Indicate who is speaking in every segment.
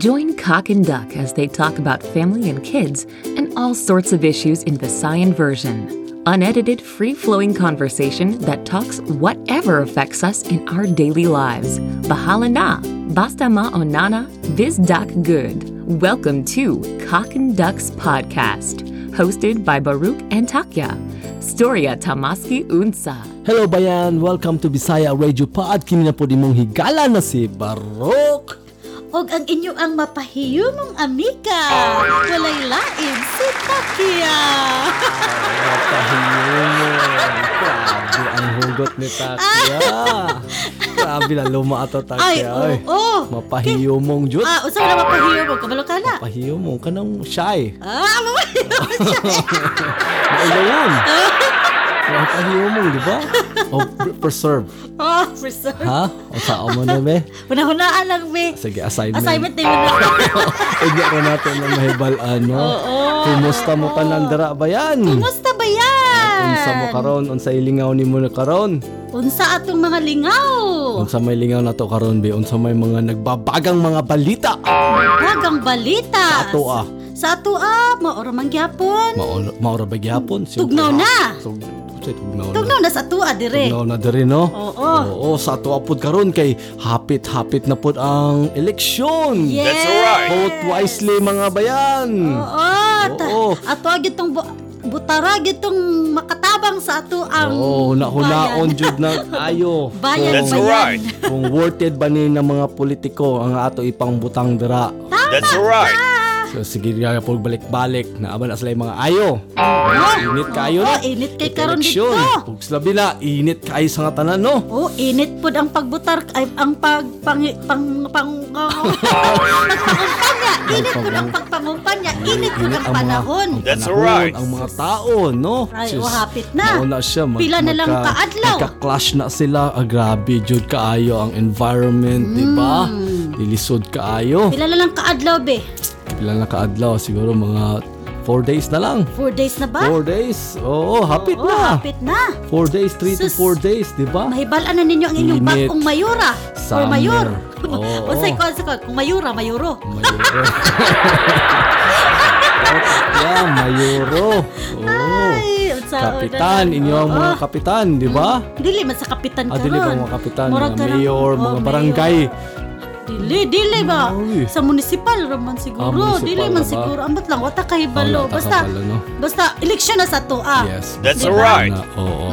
Speaker 1: Join Cock and Duck as they talk about family and kids and all sorts of issues in Visayan version. Unedited, free flowing conversation that talks whatever affects us in our daily lives. Bahala na, basta ma onana, biz dak good. Welcome to Cock and Ducks Podcast, hosted by Baruch and Takya. Storya Tamaski Unsa.
Speaker 2: Hello bayan, welcome to Bisaya Radio Pod. Kini na po di mong higala na si Barok.
Speaker 3: Og ang inyo ang mapahiyumong amika, walay lain si Takia.
Speaker 2: Grabe ang hugot ni Takya. Grabe na luma ato Takya.
Speaker 3: Ay, oo. Oh, oh.
Speaker 2: Mapahiyumong jud.
Speaker 3: Ah, usap na mapahiyumong, kabalo ka na.
Speaker 2: Pahiyumong ka ng shy.
Speaker 3: Ah, mapahiyumong siya.
Speaker 2: Mailayan. Mapahiyumong, di ba? O pre- preserve.
Speaker 3: Oh, for sure.
Speaker 2: Ha? O sao mo na be?
Speaker 3: Panahunaan lang, me.
Speaker 2: Sige, assignment.
Speaker 3: Assignment na yun.
Speaker 2: Igya ko natin ng mahibal ano. Kumusta mo ka nandara bayan?
Speaker 3: Kumusta ba yan?
Speaker 2: Unsa mo karon? Unsa ilingaw ni mo na karon?
Speaker 3: Unsa atong mga lingaw?
Speaker 2: Unsa may lingaw na to karon be? Unsa may mga nagbabagang mga balita?
Speaker 3: Bagang balita.
Speaker 2: Ato ah.
Speaker 3: Sa ato ah, maoramang gyapon.
Speaker 2: Maola maura ba gyapon? Siyempre,
Speaker 3: Tugnaw
Speaker 2: ha?
Speaker 3: na.
Speaker 2: Tug, unsay tugnaw na.
Speaker 3: Tugnaw na sa ato ah, dire.
Speaker 2: Tugnaw na diri no.
Speaker 3: Oo.
Speaker 2: Oo, sa ato apod karon kay hapit-hapit na pod ang eleksyon.
Speaker 3: Yes. That's
Speaker 2: Vote wisely mga bayan.
Speaker 3: Oo. ta-
Speaker 2: Oo.
Speaker 3: Ato gitong bu- butara gitong makatabang sa ato ang
Speaker 2: Oo, hunahunaon jud na ayo. Kung-
Speaker 3: Bayan, That's right.
Speaker 2: Kung worth it ba ni ng mga politiko ang ato ipang butang dira.
Speaker 4: That's right.
Speaker 2: So sige nga po balik-balik na aba na sila yung mga ayo. Init kayo
Speaker 3: Oo,
Speaker 2: na.
Speaker 3: Oh, init kay karon
Speaker 2: Eleksyon.
Speaker 3: dito.
Speaker 2: Hugs labi na, init kayo sa nga tanan no.
Speaker 3: Oh, init pod ang pagbutar ay ang pag pang pang pang pagpangumpanya. Init pod ang pagpangumpanya. Init pod ang panahon.
Speaker 2: ang
Speaker 4: That's
Speaker 2: panahon,
Speaker 4: right.
Speaker 2: Ang mga tao, no?
Speaker 3: Ay,
Speaker 2: Sus,
Speaker 3: oh, hapit na.
Speaker 2: mauna siya. Mag,
Speaker 3: Pila na lang
Speaker 2: magka-
Speaker 3: kaadlaw.
Speaker 2: Magka-clash na sila. Ah, grabe, Jud, kaayo ang environment, di ba?
Speaker 3: Mm.
Speaker 2: Lilisod kaayo.
Speaker 3: Pila na lang kaadlaw be?
Speaker 2: Pila na kaadlaw, siguro mga 4 days na lang.
Speaker 3: Four days na ba?
Speaker 2: 4 days? Oo, hapit
Speaker 3: Oh,
Speaker 2: na.
Speaker 3: hapit na.
Speaker 2: 4 days, 3 to
Speaker 3: Sus.
Speaker 2: 4 days, di ba?
Speaker 3: Mahibalaan na ninyo ang inyong
Speaker 2: Init.
Speaker 3: bagong mayura.
Speaker 2: Summer.
Speaker 3: Or mayor.
Speaker 2: Oo.
Speaker 3: Unsay ko, unsay ko. Kung mayura, mayuro.
Speaker 2: Mayuro. yeah, Mayuro. Oo.
Speaker 3: Ay, unsa
Speaker 2: Oh. Kapitan,
Speaker 3: na-
Speaker 2: inyo ang mga
Speaker 3: Oo.
Speaker 2: kapitan, di
Speaker 3: Hmm.
Speaker 2: ba?
Speaker 3: Dili man sa kapitan
Speaker 2: Ah, dili ba
Speaker 3: karon.
Speaker 2: mga kapitan,
Speaker 3: Murag
Speaker 2: mga
Speaker 3: karon-
Speaker 2: mayor,
Speaker 3: oh,
Speaker 2: mga
Speaker 3: mayor.
Speaker 2: barangay?
Speaker 3: Dili, dili ba?
Speaker 2: Uy.
Speaker 3: Sa municipal
Speaker 2: Ah,
Speaker 3: raman siguro.
Speaker 2: municipal
Speaker 3: dili man
Speaker 2: na ba?
Speaker 3: siguro. Ambot lang, wata kay balo.
Speaker 2: Wala ka
Speaker 3: basta,
Speaker 2: kabalo, no?
Speaker 3: basta, eleksyon na sa to, ah.
Speaker 2: Yes.
Speaker 4: That's
Speaker 2: basta
Speaker 4: right.
Speaker 2: na, Oo. oh.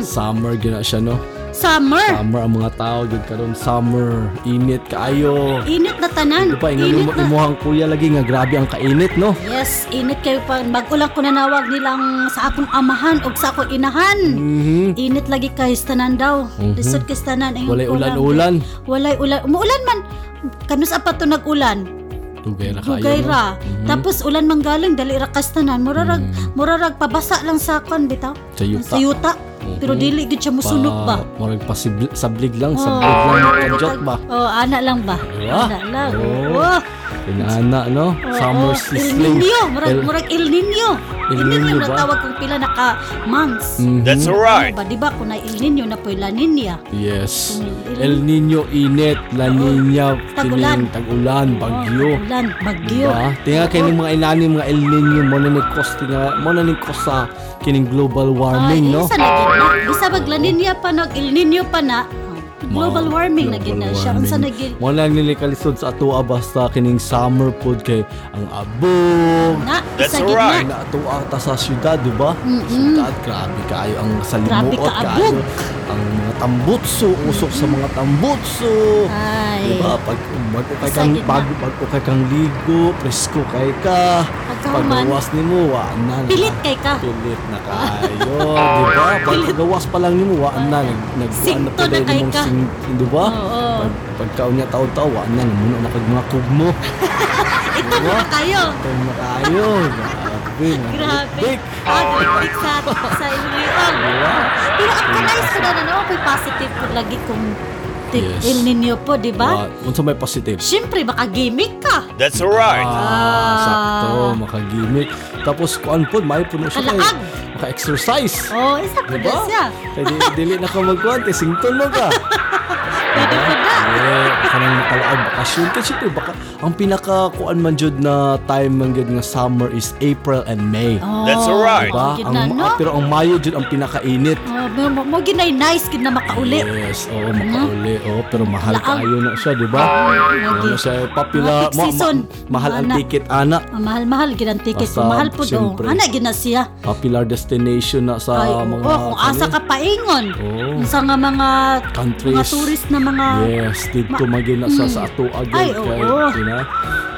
Speaker 2: Summer gina siya, no?
Speaker 3: Summer.
Speaker 2: Summer ang mga tao gid karon summer. Init kaayo.
Speaker 3: Init na
Speaker 2: Di
Speaker 3: tanan.
Speaker 2: ba?
Speaker 3: Init lah.
Speaker 2: Ingat mo imuhang kuya lagi nga grabe ang kainit, no?
Speaker 3: Yes, init kayo pa. Mag-ulang ko nanawag nilang sa akong amahan o sa akong inahan.
Speaker 2: Mhm.
Speaker 3: Init lagi kayo sa tanan daw. Lisod kayo sa tanan. Ayun,
Speaker 2: Mm-hmm. Walay
Speaker 3: kulang.
Speaker 2: ulan-ulan.
Speaker 3: Walay ulan. Umuulan man. Kanus apa to nag-ulan?
Speaker 2: Tugay ra kaayo.
Speaker 3: Dugay
Speaker 2: no?
Speaker 3: ra. Tapos ulan manggaling dali ra kastanan. Murarag murarag pabasa lang sa kon bitaw.
Speaker 2: Mm-hmm. Sa yuta. Mm-hmm.
Speaker 3: yuta. Pero dili gid siya musunog ba.
Speaker 2: Morag pasibl- sablig lang,
Speaker 3: Ah.
Speaker 2: sablig lang Kadjot ba?
Speaker 3: Oh, ana lang ba?
Speaker 2: Diba?
Speaker 3: Ana lang.
Speaker 2: Oo.
Speaker 3: Oh.
Speaker 2: Inaana, no? Summer
Speaker 3: Oo. Ah, El
Speaker 2: sizzling.
Speaker 3: Nino, murag
Speaker 2: El-
Speaker 3: murag El Nino.
Speaker 2: El
Speaker 3: El Nino
Speaker 2: Nino
Speaker 3: na
Speaker 2: ba?
Speaker 3: tawag kung pila na ka months.
Speaker 2: Mhm.
Speaker 4: That's
Speaker 3: Ano
Speaker 4: right.
Speaker 3: ba, di ba? Kung na El Nino na po La Nina.
Speaker 2: Yes.
Speaker 3: Mm,
Speaker 2: El Nino init, La Nina
Speaker 3: Tag-ulan.
Speaker 2: kining tag-ulan, bagyo.
Speaker 3: Oh, ulan, bagyo.
Speaker 2: Diba? Tinga kay mga inani mga El Nino mo na nag-cause tinga mo na nag-cause sa kining global warming, no? Oh.
Speaker 3: Isa Ah, na gid na. Bisa bag La Nina pa nag El Nino pa na. Global
Speaker 2: Mao,
Speaker 3: warming na gid
Speaker 2: global
Speaker 3: na siya. Unsa na
Speaker 2: warming.
Speaker 3: gid?
Speaker 2: Mo lang nilikalisod sa atua basta kining summer pod kay ang abog.
Speaker 3: Na,
Speaker 4: That's
Speaker 3: isa gid na.
Speaker 4: right.
Speaker 2: na ato ata sa syudad, di ba? Syudad, grabe kaayo ang
Speaker 3: Grabe
Speaker 2: salimuot
Speaker 3: kaabog.
Speaker 2: kaayo ang mga tambutso, usok sa mga tambutso. Di
Speaker 3: Ay.
Speaker 2: ba? Pag bago kay kang
Speaker 3: Excited na.
Speaker 2: bago bago kay kang ligo, presko kay ka.
Speaker 3: Pagkahuman.
Speaker 2: Pagawas nimo wa na. na.
Speaker 3: Pilit kay ka.
Speaker 2: Pilit na kayo, di ba? Pagkawas pa lang nimo wa na nag nag
Speaker 3: Singto
Speaker 2: ano pa
Speaker 3: na
Speaker 2: dahil
Speaker 3: kay
Speaker 2: nimong
Speaker 3: ka.
Speaker 2: sing- di ba?
Speaker 3: Oo.
Speaker 2: Pag, pagkaon niya taon-taon wa na nimo na kag mga kugmo.
Speaker 3: Ito
Speaker 2: Diba?
Speaker 3: na ba Ano kayo?
Speaker 2: Taon na kayo. Grabe. mga
Speaker 3: Grabe.
Speaker 2: pilik.
Speaker 3: Ah, balik sa sa Ilion.
Speaker 2: Diba?
Speaker 3: Pero ang kanais ko na na no, ako'y oh, positive po lagi kung ti-
Speaker 2: Yes. Diba?
Speaker 3: El Nino po, di
Speaker 2: Wa,
Speaker 3: ba?
Speaker 2: unsa Ah, may positive?
Speaker 3: Siyempre, baka gimmick ka.
Speaker 4: That's right.
Speaker 2: Ah, sakto, makagimik. Tapos kuan po, may puno siya kay
Speaker 3: Makalaag.
Speaker 2: maka-exercise.
Speaker 3: Oh, isa po
Speaker 2: Diba?
Speaker 3: na siya.
Speaker 2: Kaya di- dili na ka Diba? Eh, magkuhan, tisington mo ka.
Speaker 3: Pwede po na.
Speaker 2: Oo, kanang makalaog bakasyon kasi syempre baka ang pinaka kuan man jud na time man jud nga summer is April and May.
Speaker 4: That's alright.
Speaker 2: Diba?
Speaker 3: Oh, Ang
Speaker 2: Ang,
Speaker 3: gina, no?
Speaker 2: ah, pero ang Mayo jud ang pinakainit.
Speaker 3: Oh, mo- mo- mo ginay nice gid na makauli.
Speaker 2: Yes,
Speaker 3: Ano?
Speaker 2: oo, makauli. Oo, pero mahal
Speaker 3: Laang.
Speaker 2: kayo na siya, di ba? Ano siya, popular.
Speaker 3: Mga peak season.
Speaker 2: mahal ang
Speaker 3: Ana.
Speaker 2: ticket, anak.
Speaker 3: Ang mahal-mahal gid ang ticket.
Speaker 2: Basta,
Speaker 3: mahal pud oh.
Speaker 2: siyempre.
Speaker 3: Ana gid na siya.
Speaker 2: Popular destination na sa
Speaker 3: Ay,
Speaker 2: mga...
Speaker 3: oh, kung asa ka paingon.
Speaker 2: Oo.
Speaker 3: Sa nga mga
Speaker 2: Countries.
Speaker 3: mga tourist na mga
Speaker 2: Yes, dito magina sa, sa ato
Speaker 3: Ay,
Speaker 2: again. kay,
Speaker 3: oo.
Speaker 2: di na?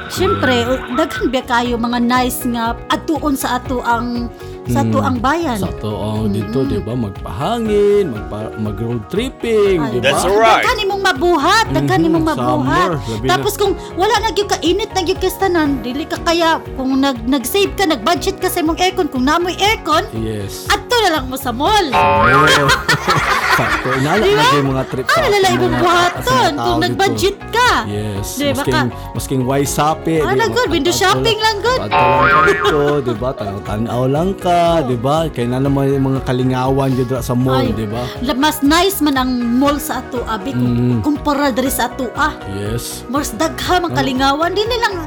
Speaker 3: Siyempre, daghan ba kayo mga nice nga atuon sa ato ang sa ato ang bayan.
Speaker 2: Hmm. Sa ato, oh,
Speaker 3: Hmm.
Speaker 2: dito, di ba? Magpahangin, magpa, mag-road tripping, di ba?
Speaker 4: That's alright.
Speaker 3: Daghan imong mabuhat, daghan
Speaker 2: Mhm,
Speaker 3: imong mabuhat.
Speaker 2: Diba? summer, labi na.
Speaker 3: Tapos kung wala na gyud ka init na gyud ka sa tanan, dili ka kaya kung nag nag-save ka, nag-budget ka sa imong aircon, kung naamoy aircon,
Speaker 2: Yes.
Speaker 3: adto na lang mo sa mall. Ano
Speaker 2: Oo. Sakto. Inala
Speaker 3: Di ba?
Speaker 2: na yung mga trip
Speaker 3: Ano na lang imong
Speaker 2: mga- sa mga
Speaker 3: buhaton
Speaker 2: tao
Speaker 3: kung
Speaker 2: dito.
Speaker 3: nag-budget ka.
Speaker 2: Yes.
Speaker 3: Di ba
Speaker 2: masking, masking why sapi.
Speaker 3: Ano good, window shopping lang good.
Speaker 2: Tanaw lang ito, di ba? Tanaw-tanaw lang ka, di ba? Kaya na naman yung mga kalingawan dyan dra sa mall,
Speaker 3: Ay.
Speaker 2: di ba?
Speaker 3: La- Mas nice man ang mall sa ato abi
Speaker 2: Mm-hmm.
Speaker 3: kung kumpara diri sa ato ah.
Speaker 2: Yes.
Speaker 3: Mas dagha man kalingawan din nilang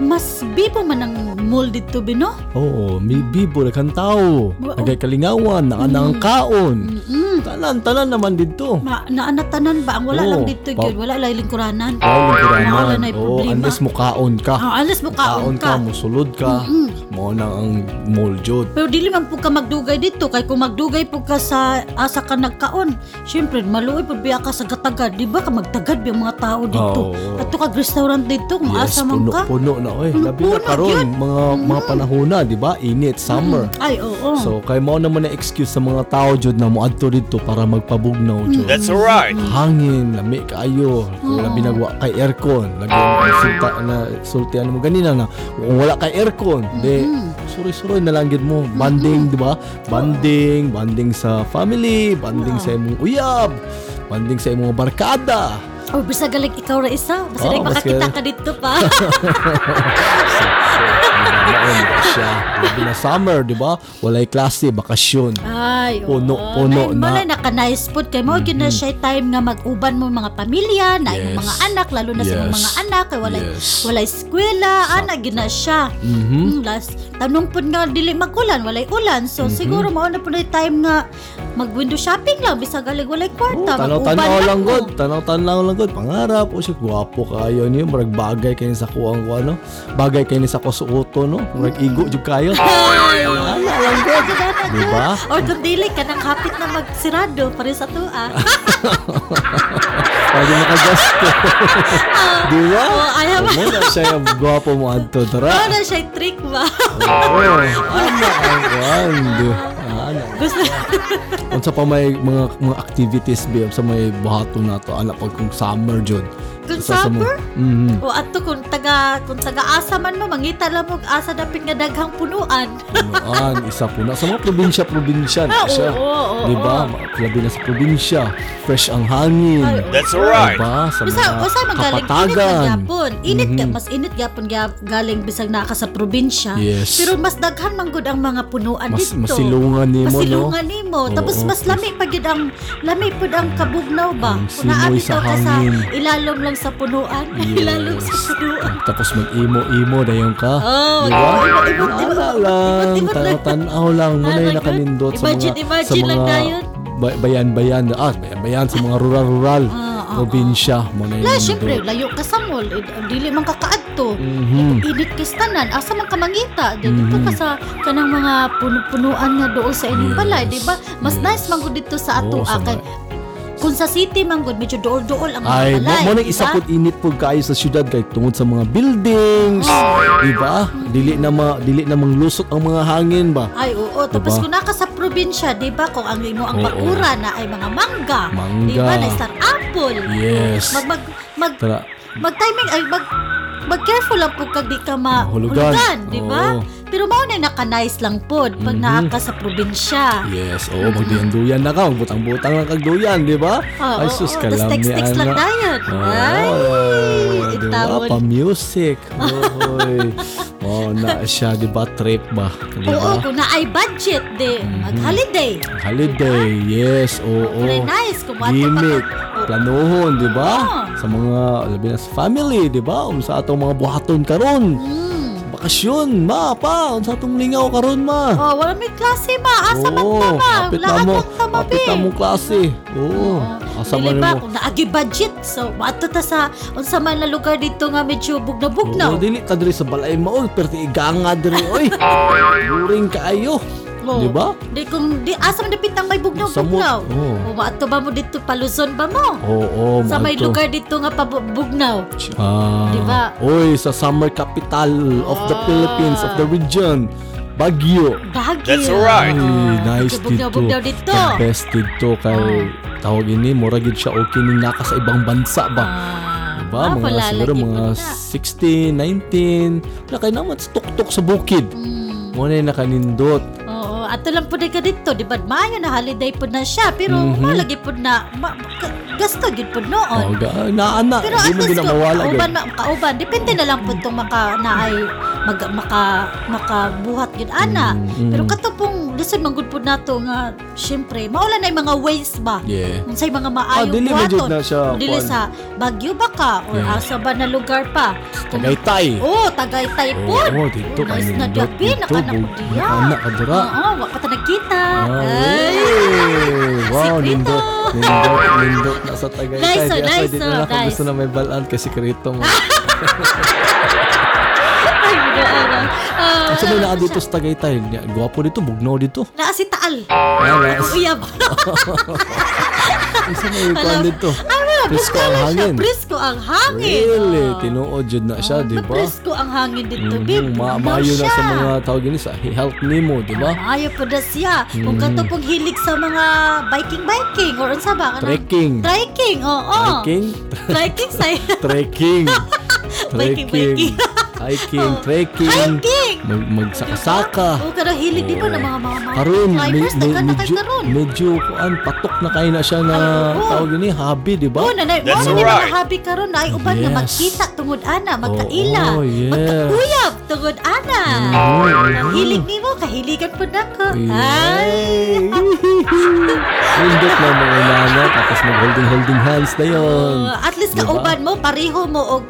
Speaker 3: mas bipo man ang mall dito bino.
Speaker 2: Oo, may bibo na kang tao. Nagay kalingawan, nakanang kaon.
Speaker 3: Mm.
Speaker 2: Talan, talan naman dito.
Speaker 3: Ma, naanatanan ba? Ang wala
Speaker 2: Oo.
Speaker 3: lang dito
Speaker 2: Pa-
Speaker 3: gyud, wala lang lingkuranan.
Speaker 2: Ay,
Speaker 3: Wala
Speaker 2: nagkiraman.
Speaker 3: na
Speaker 2: Diba, Oo,
Speaker 3: problema.
Speaker 2: unless mukaon ka.
Speaker 3: Ah, alas mo
Speaker 2: Kaon
Speaker 3: kaon
Speaker 2: ka,
Speaker 3: ka.
Speaker 2: musulod ka. Mo na ang mall jod.
Speaker 3: Pero dili man po ka magdugay dito kay kung magdugay po ka sa asa ka nagkaon. Syempre maluoy pud biya ka sa gatagad, di ba? Ka magtagad biya ang mga tao dito.
Speaker 2: Oo.
Speaker 3: Ato ka restaurant dito, kung
Speaker 2: Yes,
Speaker 3: asa man ka.
Speaker 2: puno-puno na. Oy, labi na
Speaker 3: Puno-puno
Speaker 2: karon
Speaker 3: yun.
Speaker 2: mga mga panahon na, 'di ba? Init summer.
Speaker 3: Ay, oo.
Speaker 2: So, kay mo naman na excuse sa mga tao jud na moadto dito para magpabugnaw jud.
Speaker 3: Hmm.
Speaker 4: That's alright.
Speaker 2: Hangin, lami kaayo. Kung labi na wa kay aircon, lagi
Speaker 3: Ah.
Speaker 2: na sulta na sultian mo ganina na. Kung wala kay aircon,
Speaker 3: Hmm.
Speaker 2: di suri-suri na lang gid mo. Banding, 'di ba? Banding, banding sa family, banding
Speaker 3: Hmm.
Speaker 2: sa imong uyab, banding sa imong barkada.
Speaker 3: Oh, basta galing ikaw ra isa.
Speaker 2: Oo,
Speaker 3: Basta oh,
Speaker 2: basta-
Speaker 3: makakita ka dito pa.
Speaker 2: Maon ka siya. Labi na summer, di ba? Walay klase, bakasyon.
Speaker 3: Ay, oo.
Speaker 2: Puno, puno na.
Speaker 3: Ay,
Speaker 2: Mm-hmm.
Speaker 3: Malay na ka nice food. Kaya mo, yun na siya time nga mag-uban mo mga pamilya, na imong
Speaker 2: Yes.
Speaker 3: mga anak, lalo na sa imong
Speaker 2: Yes.
Speaker 3: mga anak, kay walay,
Speaker 2: Yes. Mm-hmm. Hmm?
Speaker 3: walay eskwela, ana, gina siya. Mm, last, tanong po nga, dili magulan, walay ulan. So,
Speaker 2: Mm-hmm.
Speaker 3: siguro mao na po na yung time nga mag-window shopping lang, bisa galing walay kwarta, mag-uban
Speaker 2: Tanaw-tanaw
Speaker 3: lang
Speaker 2: Oh, lang
Speaker 3: mo.
Speaker 2: god, tanaw-tanaw lang god. Pangarap, o siya, guwapo kayo niyo. Marag bagay kayo sa kuwang ko, ano? Bagay kayo sa kusuoto, no? Marag igo, jud kayo. Wala lang god. Diba? Di ba?
Speaker 3: Or kung dili ka nang kapit na magsirado, ah. pare sa tua.
Speaker 2: Pwede makagusto.
Speaker 3: Ah!
Speaker 2: Di ba?
Speaker 3: Oo, ayaw.
Speaker 2: Huwag mo na siya yung guwapo mo adto
Speaker 3: Oh, Ano
Speaker 2: dra.
Speaker 3: na siya yung trick ba?
Speaker 2: Oo. Ano ang kuwan, di- Ano?
Speaker 3: Gusto,
Speaker 2: Unsa pa may mga mga activities ba sa may buhato na to ana pag kung summer jud.
Speaker 3: Kung
Speaker 2: Sa- sa mga-
Speaker 3: summer?
Speaker 2: Mhm.
Speaker 3: o ato kung taga kung taga asa man mo mangita lang mo asa dapat nga daghang punuan.
Speaker 2: Punuan, isa po na. Sa mga probinsya-probinsya na
Speaker 3: Ah,
Speaker 2: siya.
Speaker 3: oo, oo,
Speaker 2: diba? Labi na sa probinsya. Fresh ang hangin.
Speaker 3: Ay, oo.
Speaker 4: That's alright.
Speaker 2: Diba? Sa mga
Speaker 3: Usa usa man galing init
Speaker 2: kapatagan. Mm-hmm. Mhm.
Speaker 3: man gyapon. Init ka mas init gyapon ga- galing bisag naa ka sa probinsya.
Speaker 2: Yes.
Speaker 3: Pero mas daghan man gud ang mga punuan
Speaker 2: Mas,
Speaker 3: dito.
Speaker 2: masilungan ni mo, no?
Speaker 3: Masilungan nimo.
Speaker 2: Oo,
Speaker 3: Tapos mas
Speaker 2: yes.
Speaker 3: lami pa gid ang lami pud ang kabugnaw ba.
Speaker 2: Ang
Speaker 3: Kung naa
Speaker 2: simoy
Speaker 3: bitaw
Speaker 2: sa
Speaker 3: ka sa
Speaker 2: hangin.
Speaker 3: ilalom lang sa punuan, ilalom sa punuan.
Speaker 2: Tapos mag-imo-imo dayon ka.
Speaker 3: Oh,
Speaker 2: diba?
Speaker 3: ibot-ibot, ibot-ibot.
Speaker 2: Wala lang.
Speaker 3: Ibot-ibot lang.
Speaker 2: Tanaw-tanaw lang. Muna yung
Speaker 3: Ah, my God.
Speaker 2: nakalindot sa mga...
Speaker 3: Imagine, imagine
Speaker 2: sa
Speaker 3: lang
Speaker 2: mga
Speaker 3: dayon.
Speaker 2: ba- bayan-bayan. Ah, bayan-bayan sa mga rural-rural.
Speaker 3: Ah,
Speaker 2: probinsya. Muna yung
Speaker 3: La,
Speaker 2: nindot.
Speaker 3: syempre, layo ka sa mall. eh, Dili man kakaadto.
Speaker 2: Mhm.
Speaker 3: Init kis tanan. Asa man ka mangita? Dito ka sa kanang mga puno-punuan nga dool sa inyong
Speaker 2: Mm-hmm. Yes.
Speaker 3: balay, di ba? Mas
Speaker 2: Yes.
Speaker 3: nice man gud dito sa ato
Speaker 2: Oo, sa
Speaker 3: akay. Kung sa city man gud medyo dool-dool ang mga
Speaker 2: Ay, mo,
Speaker 3: balay.
Speaker 2: mo
Speaker 3: di
Speaker 2: isa
Speaker 3: ba?
Speaker 2: pud init pud kaayo sa syudad kay tungod sa mga buildings, di ba? Dili na ma, dili na manglusot ang mga hangin ba.
Speaker 3: Ay, oo. Tapos
Speaker 2: Diba?
Speaker 3: kung naka sa probinsya, di ba? Kung ang imo ang
Speaker 2: Oo.
Speaker 3: pakura na ay mga mangga.
Speaker 2: Mangga.
Speaker 3: Di ba? Na star apple.
Speaker 2: Yes.
Speaker 3: Mag, mag, mag,
Speaker 2: Tara.
Speaker 3: mag-timing ay mag mag careful lang po kag di ka
Speaker 2: Mahulugan.
Speaker 3: mahulugan, di ba?
Speaker 2: Oo. Mm-hmm.
Speaker 3: Pero mao na naka-nice lang pod pag naa ka sa probinsya.
Speaker 2: Yes, oh, oo, magduyan-duyan na ka, magbutang-butang lang kag duyan, di ba?
Speaker 3: Oo,
Speaker 2: Ay sus,
Speaker 3: oo,
Speaker 2: kalami
Speaker 3: tas
Speaker 2: ano?
Speaker 3: text-text lang dayon. Ay, itawon.
Speaker 2: pa music. Oy. oh, na siya, di ba? Trip ba? Di ba?
Speaker 3: Oo, kung na ay budget, di mag-holiday.
Speaker 2: Holiday, yes, Mm-hmm. oh, oo.
Speaker 3: Oh, Very nice, kung ato pa
Speaker 2: Gimmick,
Speaker 3: ka- oo,
Speaker 2: planohon, di ba?
Speaker 3: Ah.
Speaker 2: Sa mga, labi na sa family, di ba? Um, sa atong mga buhaton karon.
Speaker 3: Mm.
Speaker 2: Bakasyon, ma, pa. Unsa atong lingaw karon, ma.
Speaker 3: Oh, wala may klase ba? Asa man
Speaker 2: Oo,
Speaker 3: ta ba?
Speaker 2: kapit
Speaker 3: Lahat
Speaker 2: mo,
Speaker 3: ng tama
Speaker 2: kapit na mong klase. Oo, asa man
Speaker 3: Dili ba
Speaker 2: mo.
Speaker 3: kung naagi budget so maato ta sa unsa man na lugar dito nga medyo
Speaker 2: Oo,
Speaker 3: bugna-bugnaw.
Speaker 2: dili ka diri sa balay maol, pero iganga diri, oy. Uring kaayo.
Speaker 3: Oo.
Speaker 2: Di ba?
Speaker 3: Di kung di asa man dapit ang may
Speaker 2: Sa mo-
Speaker 3: bugnaw-bugnaw.
Speaker 2: oo.
Speaker 3: O maato ba mo dito pa Luzon ba mo?
Speaker 2: Oo, oh,
Speaker 3: sa may lugar dito nga pabugnaw.
Speaker 2: Ah.
Speaker 3: Di ba? Ah.
Speaker 2: Oy, sa summer capital of the Philippines, of the region, Baguio.
Speaker 3: Baguio.
Speaker 4: That's alright.
Speaker 2: Ay, nice dito.
Speaker 3: Ah, Bugnaw-bugnaw dito.
Speaker 2: Ang best dito kay tawag ini, mura gid siya okay ning naka sa ibang bansa ba.
Speaker 3: Ah,
Speaker 2: Diba?
Speaker 3: ah,
Speaker 2: mga
Speaker 3: wala
Speaker 2: siguro
Speaker 3: lagi
Speaker 2: mga
Speaker 3: bugna.
Speaker 2: 16, 19. Wala kayo naman sa tuktok sa bukid.
Speaker 3: Mm.
Speaker 2: Muna yung nakanindot.
Speaker 3: Oo, ato lang po na ka dito, di ba? Maayo na holiday po na siya, pero
Speaker 2: Mhm.
Speaker 3: malagi po na, ma, ka- gasto gid po
Speaker 2: Oh,
Speaker 3: noon.
Speaker 2: ga, naana.
Speaker 3: Pero
Speaker 2: Hindi
Speaker 3: at
Speaker 2: mo
Speaker 3: least kung
Speaker 2: ginamawala.
Speaker 3: kauban, ma, kauban, depende na lang po itong maka, na ay, mag, maka, makabuhat gid ana.
Speaker 2: Mm, mm.
Speaker 3: Pero kato pong, listen, manggod po na to nga, syempre, maula na yung mga ways ba?
Speaker 2: Yeah.
Speaker 3: Kung sa'y mga
Speaker 2: Ah,
Speaker 3: maayong
Speaker 2: dili medyo
Speaker 3: buhaton.
Speaker 2: na siya.
Speaker 3: Dili
Speaker 2: Oh, kuwan.
Speaker 3: sa Baguio ba ka? Or
Speaker 2: Yeah.
Speaker 3: asa ba na lugar pa? Kung-
Speaker 2: Tagaytay.
Speaker 3: Oo, Tagaytay po.
Speaker 2: Oo, dito
Speaker 3: Oh, Nice na
Speaker 2: kanindot
Speaker 3: gabi, nakanakudiya.
Speaker 2: bug- Nakana ka dira.
Speaker 3: Oo, wa pa ta nagkita.
Speaker 2: Ah,
Speaker 3: Ay.
Speaker 2: Ay, wow,
Speaker 3: Sikreto.
Speaker 2: nindot. Nindot, nindot na sa Tagaytay. Di
Speaker 3: Nice, oh,
Speaker 2: ako,
Speaker 3: nice,
Speaker 2: di
Speaker 3: oh,
Speaker 2: na ako
Speaker 3: nice.
Speaker 2: gusto na may balaan kasi sikreto mo. eh.
Speaker 3: Ay, wala, ano. Ah,
Speaker 2: Ang sabi
Speaker 3: wala
Speaker 2: na
Speaker 3: na
Speaker 2: dito
Speaker 3: siya.
Speaker 2: sa Tagaytay. niya, Gwapo dito, bugnaw dito.
Speaker 3: Naa si Taal.
Speaker 2: Wala.
Speaker 3: Ang Uyab.
Speaker 2: Ang sabi na ikuan dito.
Speaker 3: Ay, wala,
Speaker 2: Presko
Speaker 3: presko
Speaker 2: ang
Speaker 3: lang siya.
Speaker 2: hangin.
Speaker 3: Presko ang hangin.
Speaker 2: Really,
Speaker 3: Ah.
Speaker 2: tinuod yun na siya, di ba?
Speaker 3: Presko ang hangin dito, babe.
Speaker 2: Mhm, ma-
Speaker 3: Ano
Speaker 2: Maayo na
Speaker 3: siya?
Speaker 2: sa mga tawag yun sa health nemo, di ba? Mm.
Speaker 3: Maayo po na siya. Kung kato pong hilig sa mga biking-biking or unsa ba? Ano?
Speaker 2: Trekking.
Speaker 3: Trekking, oo.
Speaker 2: Trekking.
Speaker 3: Trekking sa'yo.
Speaker 2: Trekking.
Speaker 3: Biking,
Speaker 2: Trekking.
Speaker 3: biking.
Speaker 2: Hiking, trekking.
Speaker 3: Hiking!
Speaker 2: Mag magsakasaka.
Speaker 3: Oo, kada Oh, hilig di ba ng mga mga mga
Speaker 2: Karon, may,
Speaker 3: climbers,
Speaker 2: may,
Speaker 3: taga na
Speaker 2: medyo,
Speaker 3: kayo karon.
Speaker 2: medyo kuan, patok na kayo na siya na
Speaker 3: Ay, oo.
Speaker 2: tawag yun eh, hobby, di ba?
Speaker 3: Oo, Oh, nanay,
Speaker 4: That's
Speaker 3: mo na
Speaker 4: alright.
Speaker 3: mga habi karon na ay uban
Speaker 2: Yes.
Speaker 3: na magkita tungod ana, magkaila,
Speaker 2: Oo, yes.
Speaker 3: magkakuyab tungod ana.
Speaker 2: Mm.
Speaker 3: Hilig nimo, kahiligan po nako. Ay.
Speaker 2: Yay! Nindot na mga nana, tapos mag-holding-holding hands na yun.
Speaker 3: Oh, at least
Speaker 2: Diba?
Speaker 3: kauban mo pareho mo og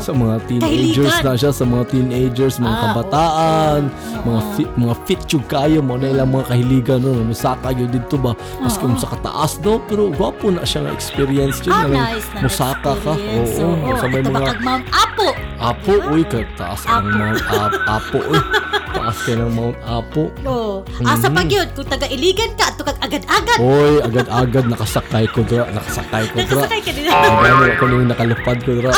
Speaker 2: Ah, Sa mga teenagers
Speaker 3: Kahiligan.
Speaker 2: na siya, sa mga teenagers, mga
Speaker 3: Ah,
Speaker 2: kabataan, mga fit, mga fit yung kayo mo na ilang mga kahiligan no, musaka yun dito ba? Mas kung sa kataas no, pero gwapo na siya nga experience yun.
Speaker 3: Ah,
Speaker 2: nga,
Speaker 3: nice na
Speaker 2: Musaka ka.
Speaker 3: experience.
Speaker 2: Oo,
Speaker 3: Oo,
Speaker 2: sa may
Speaker 3: ito ba
Speaker 2: mga
Speaker 3: kag Diba? Mount Apo?
Speaker 2: apo, uy, kataas ka ng Mount Ap- Apo, uy. Taas ka ng Mount Apo.
Speaker 3: Oh, asa
Speaker 2: Mm-hmm.
Speaker 3: pa gyud kung taga Iligan ka ato kag agad-agad.
Speaker 2: Uy, agad-agad nakasakay ko dra, nakasakay ko dra.
Speaker 3: Nakasakay ka nila.
Speaker 2: Ang dami ako nung nakalupad ko dra.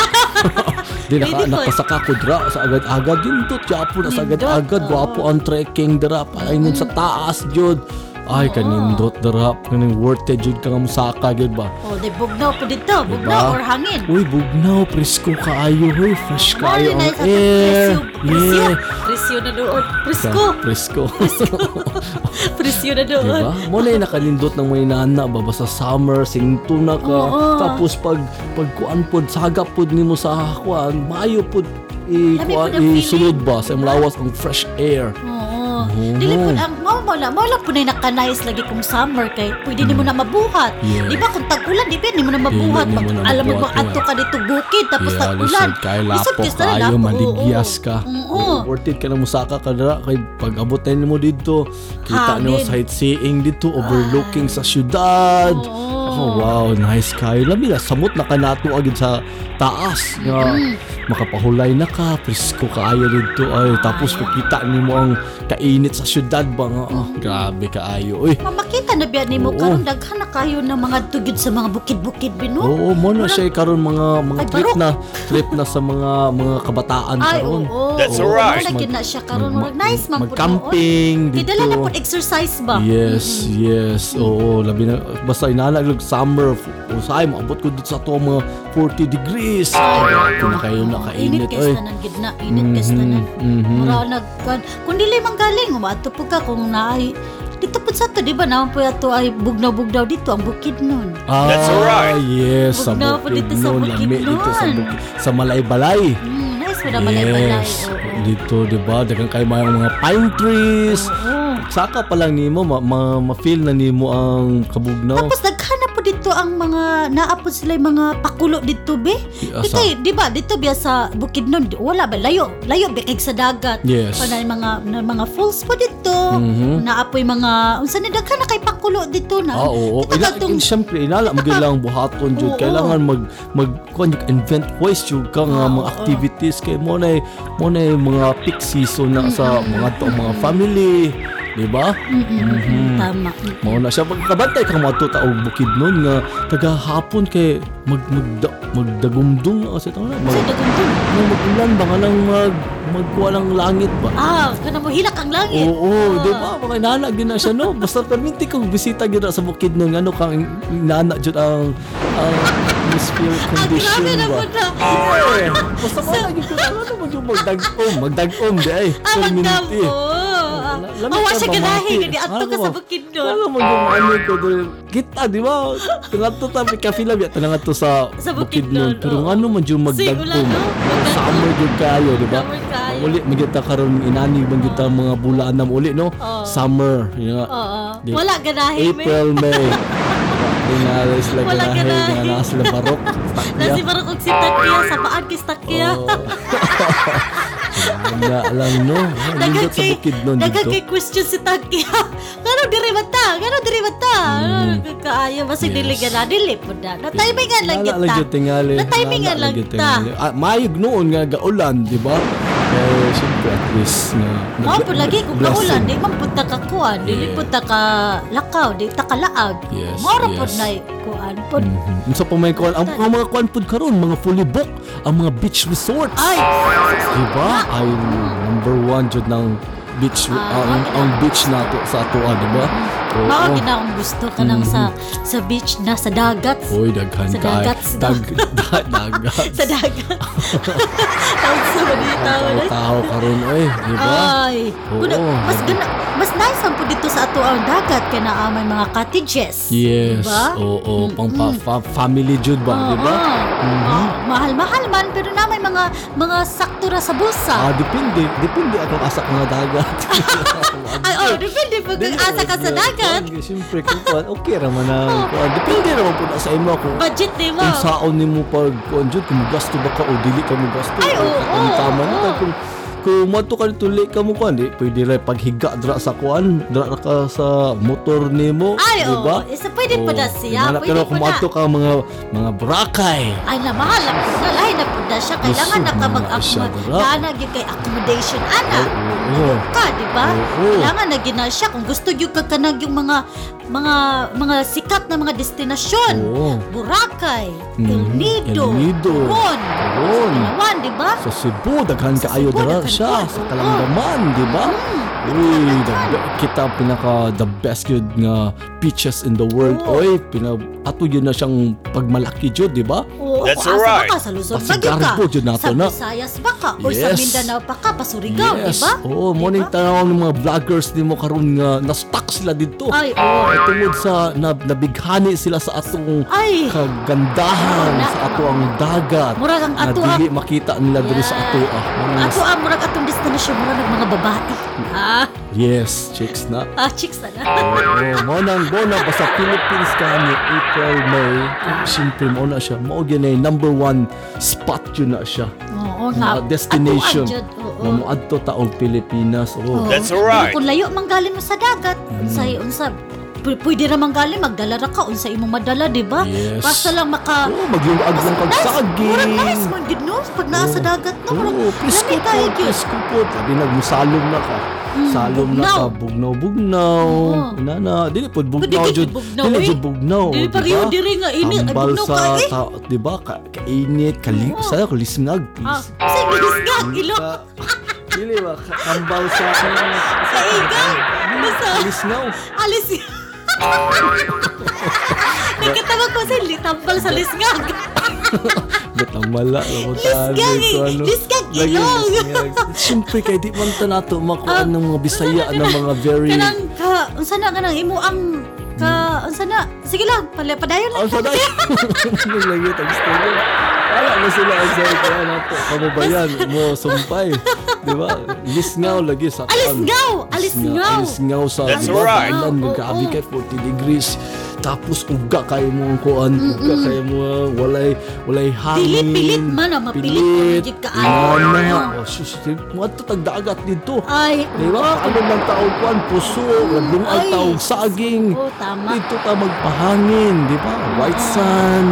Speaker 2: Di naka,
Speaker 3: Hindi ko eh.
Speaker 2: nakasaka ko dra sa agad-agad yun to. Tiyapo na sa
Speaker 3: Nindot,
Speaker 2: agad-agad.
Speaker 3: oo.
Speaker 2: Wapo ang trekking dra. Paingon sa taas jud. Ay, kanindot dra. Kaning worth it jud ka nga musaka jud ba.
Speaker 3: Oh, di bugnaw po dito, bugnaw or hangin.
Speaker 2: Uy, bugnaw. Presko kaayo. Uy, fresh
Speaker 3: Mali
Speaker 2: kaayo
Speaker 3: na
Speaker 2: ang
Speaker 3: sa
Speaker 2: air.
Speaker 3: presyo. Presyo. Presyo na doon. Presko.
Speaker 2: Presko.
Speaker 3: Presyo na doon.
Speaker 2: Diba? Mo na yung nakalindot ng may nana, baba sa summer, singto na ka.
Speaker 3: Oo.
Speaker 2: Tapos pag pagkuan pod, sagap pod nimo sa kuan, mayo pod i
Speaker 3: Labi
Speaker 2: kuan
Speaker 3: pod ang
Speaker 2: i sulod ba sa lawas ang fresh air.
Speaker 3: Oo. Dili po ang mo mo lang. Mo lang po na nakanais lagi kung summer kay pwede
Speaker 2: Hmm.
Speaker 3: nimo na mabuhat.
Speaker 2: Yes.
Speaker 3: Di ba kung tag-ulan di ba nimo na mabuhat.
Speaker 2: Dili nimo
Speaker 3: Mag-
Speaker 2: na
Speaker 3: alam mo
Speaker 2: mabuhat,
Speaker 3: ba ato ka dito bukid tapos
Speaker 2: Yeah,
Speaker 3: tag-ulan.
Speaker 2: lisod kayo,
Speaker 3: Lisod
Speaker 2: lapok
Speaker 3: ka sa
Speaker 2: kayo,
Speaker 3: lapok, oo,
Speaker 2: maligyas
Speaker 3: oo.
Speaker 2: ka.
Speaker 3: Oo.
Speaker 2: Worth it ka na musaka ka dira kay pag abutin nimo dito, kita nyo
Speaker 3: Hangin.
Speaker 2: sightseeing dito overlooking sa syudad.
Speaker 3: Oo.
Speaker 2: Oh, wow, nice kayo. Labi na, samot na kanato agad sa taas.
Speaker 3: Ya.
Speaker 2: Nga, makapahulay na ka, presko kaayo dito. Ay, tapos makita ni mo ang kainit sa syudad ba nga. Oh, grabe kaayo. Uy,
Speaker 3: Ma- Makita na biya nimo
Speaker 2: Oo.
Speaker 3: karon daghan na kayo ng mga tugid sa mga bukid-bukid bino.
Speaker 2: oo, mo na siya karon mga mga
Speaker 3: Ay,
Speaker 2: trip
Speaker 3: barok.
Speaker 2: na trip na sa mga mga kabataan
Speaker 3: Ay,
Speaker 2: karon.
Speaker 3: oo.
Speaker 4: That's
Speaker 3: Oo,
Speaker 4: alright.
Speaker 3: Lagi na siya karon.
Speaker 2: Mag-
Speaker 3: Nice man po noon.
Speaker 2: Mag-camping dito.
Speaker 3: Tidala na po exercise ba?
Speaker 2: Yes, yes. Oo, labi na. Basta inanaglag summer. Usay, maabot ko dito sa to mga 40 degrees. Ay, na kayo nakainit.
Speaker 3: Init
Speaker 2: Ay,
Speaker 3: kaysa nan gid na, init kaysa nan.
Speaker 2: mhm.
Speaker 3: Mura nag kung dili man galing umato po ka kung naay dito po sa to di ba naman po ato ay bugnaw-bugnaw dito ang bukid nun.
Speaker 2: Ah,
Speaker 4: That's alright.
Speaker 2: yes. Sa
Speaker 3: Huwag na ako
Speaker 2: bukid
Speaker 3: dito sa
Speaker 2: nun. Lami
Speaker 3: bukid
Speaker 2: dito sa
Speaker 3: nun.
Speaker 2: bukid. Sa Malay-Balay.
Speaker 3: Mm, nice mo naman ay balay.
Speaker 2: Yes.
Speaker 3: oo.
Speaker 2: Dito, di ba? Dagan kayo mga, mga pine trees.
Speaker 3: Oo.
Speaker 2: Saka pa lang nimo, ma- ma- ma-feel na nimo ang kabugnaw.
Speaker 3: Tapos naghanap po dito dito ang mga naapod sila mga pakulo dito be.
Speaker 2: Asa?
Speaker 3: Dito, eh, di ba? Dito biya sa Bukidnon, wala ba layo? Layo be kay sa dagat.
Speaker 2: Yes.
Speaker 3: O, na yung mga na yung mga falls po dito.
Speaker 2: Mhm.
Speaker 3: Naapoy mga unsa na daghan na kay pakulo dito
Speaker 2: Ah,
Speaker 3: na.
Speaker 2: oo.
Speaker 3: Kita
Speaker 2: Ina,
Speaker 3: kadtong-
Speaker 2: siyempre, inala mo lang buhaton jud.
Speaker 3: Oo.
Speaker 2: Kailangan mag mag kuan yung invent ways jud ka nga
Speaker 3: Oo,
Speaker 2: mga
Speaker 3: oo.
Speaker 2: activities kay mo na mo na mga peak season na sa mga to mga family, di ba?
Speaker 3: Mm-mm,
Speaker 2: Mm-hmm.
Speaker 3: mm-mm, Tama.
Speaker 2: Mao na siya magkabantay kang mga tuta o bukid nun nga taga hapon kay mag magda, magdagumdum na kasi tawag na
Speaker 3: Sa
Speaker 2: mag
Speaker 3: dagundun.
Speaker 2: mag ulan ba nga lang mag magwalang langit ba?
Speaker 3: Ah, kana mo hilak ang langit. Ah,
Speaker 2: Oo, di ba? Mga inana gyud na siya no. Basta perminti kong bisita gyud na sa bukid nun ano kang inana jud ang ang atmosphere
Speaker 3: Ah,
Speaker 2: condition lah.
Speaker 3: grabe na
Speaker 2: ba.
Speaker 3: po na.
Speaker 2: Eh, Basta mo na gyud ano mo yung magdagom, magdagom di ay.
Speaker 3: Ah, magdam
Speaker 2: perminti.
Speaker 3: po. Ah, Awa siya ganahin. Gani, ato ka sa Bukidnon.
Speaker 2: Ano mo yung ano ko doon? Kita, di ba? Tanga to tabi ka film yata nga to sa,
Speaker 3: Sa
Speaker 2: Bukidnon.
Speaker 3: Bukidnon,
Speaker 2: Pero
Speaker 3: oo.
Speaker 2: nga ano man yung
Speaker 3: Sigula,
Speaker 2: magdagpong.
Speaker 3: no? Magdagpong.
Speaker 2: Summer yung kayo, di ba?
Speaker 3: Summer kayo.
Speaker 2: Uli, magkita karon inani, magkita mga bulaan na uli, no? Summer. ya. Yun nga.
Speaker 3: Oo.
Speaker 2: Di-
Speaker 3: Wala ganahin. may-
Speaker 2: April, May. Tingalis lang
Speaker 3: Wala
Speaker 2: ganahe,
Speaker 3: ganahe.
Speaker 2: nga nasa labarok. Takya.
Speaker 3: Nasi parang kung si Takya, sa paan kis Takya.
Speaker 2: Oh, Wala lang, lah, no? Ang
Speaker 3: Dagan
Speaker 2: Lindot sa
Speaker 3: kay-
Speaker 2: Bukidnon
Speaker 3: dagan
Speaker 2: dito.
Speaker 3: kay question si Takya. Kano diri mata? Kano diri mata? Kaayo ba si
Speaker 2: Mm. Yes.
Speaker 3: dili gana dili po na. Na timingan lang kita.
Speaker 2: Wala lang yung tingali.
Speaker 3: Lah, Na-timingan lang
Speaker 2: yung
Speaker 3: kita.
Speaker 2: tingali. Ah, mayog noon nga gaulan, di ba? Eh, siyempre at least nga.
Speaker 3: Mao
Speaker 2: nag-
Speaker 3: po lagi kung
Speaker 2: blessing.
Speaker 3: kaulan di man punta ka kuan, dili
Speaker 2: Yeah.
Speaker 3: punta ka lakaw, di ta ka laag.
Speaker 2: Yes,
Speaker 3: Mao ra po
Speaker 2: yes.
Speaker 3: na kuan po.
Speaker 2: Mhm. Unsa pa may kuan? Ang, ang mga kuan pod karon, mga fully book, ang mga beach resorts.
Speaker 3: Ay,
Speaker 2: di ba? Ay number one jud ng beach
Speaker 3: Ah,
Speaker 2: ang, ang beach lah nato sa atoa, di ah, ba? Oh, Oo.
Speaker 3: mao gina akong gusto ka nang sa sa beach na sa dagat.
Speaker 2: Hoy, daghan
Speaker 3: Sa
Speaker 2: kay.
Speaker 3: dagat, no?
Speaker 2: Dag, da, dagat.
Speaker 3: Sa dagat. Tawag sa mga tao na.
Speaker 2: Tao karon oy, di ba?
Speaker 3: Ay,
Speaker 2: Oo.
Speaker 3: kuna- mas gana, mas nice ang po dito sa ato ang dagat kaya na may mga cottages.
Speaker 2: Yes.
Speaker 3: Diba?
Speaker 2: Oo, pang pa, fa- family jud ba, di ba?
Speaker 3: Oo. Ah, mahal-mahal man pero na may mga mga saktura sa bulsa.
Speaker 2: Ah, depende. Depende ako asa ko nga dagat.
Speaker 3: Ay, oh, depende po kung asa ka sa dagat.
Speaker 2: Siyempre, kung kuwan, okay raman na. kuwan. Depende naman po na sa imo kung
Speaker 3: Budget ni mo.
Speaker 2: kung saon ni mo pag kuwan jud, kung gasto ba ka o dili ka mo gasto.
Speaker 3: Ay, oo,
Speaker 2: Ang tama na
Speaker 3: oo.
Speaker 2: ka. kung kung mato ka nito late ka mo kuwan, di, pwede rin paghiga dra sa kuwan, dra ka sa motor ni mo,
Speaker 3: Ay,
Speaker 2: di ba?
Speaker 3: oh, isa pwede pa na siya.
Speaker 2: Inanap ka
Speaker 3: Pwede
Speaker 2: na kung
Speaker 3: pa na.
Speaker 2: mato ka mga mga brakay.
Speaker 3: Ay, na mahal ang na lahi na po na siya. Kailangan
Speaker 2: Gusto
Speaker 3: na ka
Speaker 2: mo
Speaker 3: mag
Speaker 2: na siya, dala.
Speaker 3: Dana gyud kay accommodation ana.
Speaker 2: Oo, oo.
Speaker 3: ka, di ba?
Speaker 2: Oo.
Speaker 3: Kailangan na gina siya kung gusto yung kakanag yung mga mga mga sikat na mga destinasyon.
Speaker 2: Oo.
Speaker 3: Boracay,
Speaker 2: Mm,
Speaker 3: El Nido,
Speaker 2: El Nido,
Speaker 3: Ron,
Speaker 2: Coron.
Speaker 3: Palawan, di ba?
Speaker 2: Sa Cebu, daghan ka
Speaker 3: Sa
Speaker 2: ayo
Speaker 3: Cebu,
Speaker 2: dara
Speaker 3: daghan
Speaker 2: siya
Speaker 3: ka.
Speaker 2: sa Kalandaman, di ba? Uy, the be- kita pinaka the best yun nga peaches in the world.
Speaker 3: Oo.
Speaker 2: Oy, pina ato yun na siyang pagmalaki jud, di ba?
Speaker 3: Oo,
Speaker 4: That's
Speaker 3: kung asa
Speaker 4: alright.
Speaker 3: ba ka? Sa Luzon
Speaker 2: At
Speaker 3: ba
Speaker 2: sa
Speaker 3: gyud ka?
Speaker 2: Garbo, dyan nato
Speaker 3: Sa
Speaker 2: na.
Speaker 3: Visayas ba ka? Or sa
Speaker 2: Yes.
Speaker 3: Mindanao pa ka? Pasurigaw, di ba?
Speaker 2: Oo,
Speaker 3: Di
Speaker 2: Oh, morning
Speaker 3: ba?
Speaker 2: tanaw ng mga vloggers ni mo karon nga na-stuck sila dito.
Speaker 3: Ay, oo.
Speaker 2: Ay, tungod sa na, nabighani sila sa atong
Speaker 3: Ay.
Speaker 2: kagandahan
Speaker 3: Wala.
Speaker 2: sa ato ang dagat.
Speaker 3: Murag ang ato
Speaker 2: na dili makita nila diri sa ato ah. Mga-
Speaker 3: Ato ang murag atong destinasyon, murag ng mga babae. Ah,
Speaker 2: Yes, chicks na.
Speaker 3: ah chicks na na.
Speaker 2: Oo, mo nang bona pa sa Philippines kami April May. oh, Siyempre mo na siya. Mao gyud number one spot yun na siya.
Speaker 3: Oo nga.
Speaker 2: Mga destination.
Speaker 3: Atuan dyan, oo.
Speaker 2: Na moadto taong Pilipinas. Oh.
Speaker 3: Oo.
Speaker 4: That's alright.
Speaker 3: Pero kung layo manggaling mo sa dagat,
Speaker 2: Mm.
Speaker 3: unsay unsa pu- pwede ra manggaling magdala ra ka unsa imong madala, di ba?
Speaker 2: Yes.
Speaker 3: Basta lang maka
Speaker 2: Oh, Oh. magliwaag lang kag
Speaker 3: Murag
Speaker 2: saging.
Speaker 3: nice man gid no pag naa sa dagat no. Murag
Speaker 2: Oo, pisko
Speaker 3: lamig
Speaker 2: po,
Speaker 3: kayo gyud.
Speaker 2: pisko po. Sabi na, musalom na ka.
Speaker 3: Hmm.
Speaker 2: Salom na ka, bugnaw-bugnaw.
Speaker 3: Oo.
Speaker 2: Na na, dili po
Speaker 3: Pwede
Speaker 2: bugnaw
Speaker 3: ka
Speaker 2: jud.
Speaker 3: bugnaw,
Speaker 2: Dili
Speaker 3: eh.
Speaker 2: jud bugnaw.
Speaker 3: Dili
Speaker 2: di
Speaker 3: pa rin
Speaker 2: ba?
Speaker 3: diri nga ini ay
Speaker 2: Tambal
Speaker 3: bugnaw
Speaker 2: sa,
Speaker 3: ka eh. Oh.
Speaker 2: ta, di ba? Ka, kainit, kali,
Speaker 3: Oo.
Speaker 2: sa kulisngag,
Speaker 3: Ah,
Speaker 2: please.
Speaker 3: sa gisga ilo.
Speaker 2: Ka- Dili ba? Ka- Tambal sa, sa,
Speaker 3: Sa iga. Basta
Speaker 2: kulisngaw.
Speaker 3: alis. Nagkatawag ko sa litambal sa lisngag.
Speaker 2: Ah, Bet ang ano? mala.
Speaker 3: Lisgag eh. Lisgag, ilong. Um,
Speaker 2: Siyempre, kay di man ta nato makuha ng mga bisaya ng mga very...
Speaker 3: Kanang ka unsa na kanang imo ang ka unsa na sige lang pala padayon lang.
Speaker 2: Ang sanay. Ang lagi, thanks to you. Wala na sila ang sayo ko. Ano to? Kamo ba yan? Mo sumpay. Di ba? Lisngaw lagi sa
Speaker 3: Alisngaw! Alisngaw!
Speaker 2: Alisngaw sa
Speaker 4: That's
Speaker 2: di ba?
Speaker 4: right.
Speaker 2: Tanan,
Speaker 3: Oo,
Speaker 2: magkaabi
Speaker 3: oo.
Speaker 2: kay 40 degrees. Tapos uga kayo mo ang kuan, uga kayo mo ah, walay walay hangin.
Speaker 3: Pilit-pilit man ah, mapilit
Speaker 2: Pilit.
Speaker 3: ka,
Speaker 2: Ano na?
Speaker 3: ano.
Speaker 2: Oh, sus, mo ato tagdagat dito.
Speaker 3: Ay,
Speaker 2: Di ba? Ano man taong kuan, puso, ladlong ang
Speaker 3: ay,
Speaker 2: taong saging.
Speaker 3: oo, tama.
Speaker 2: Dito ta magpahangin, di ba? White sun.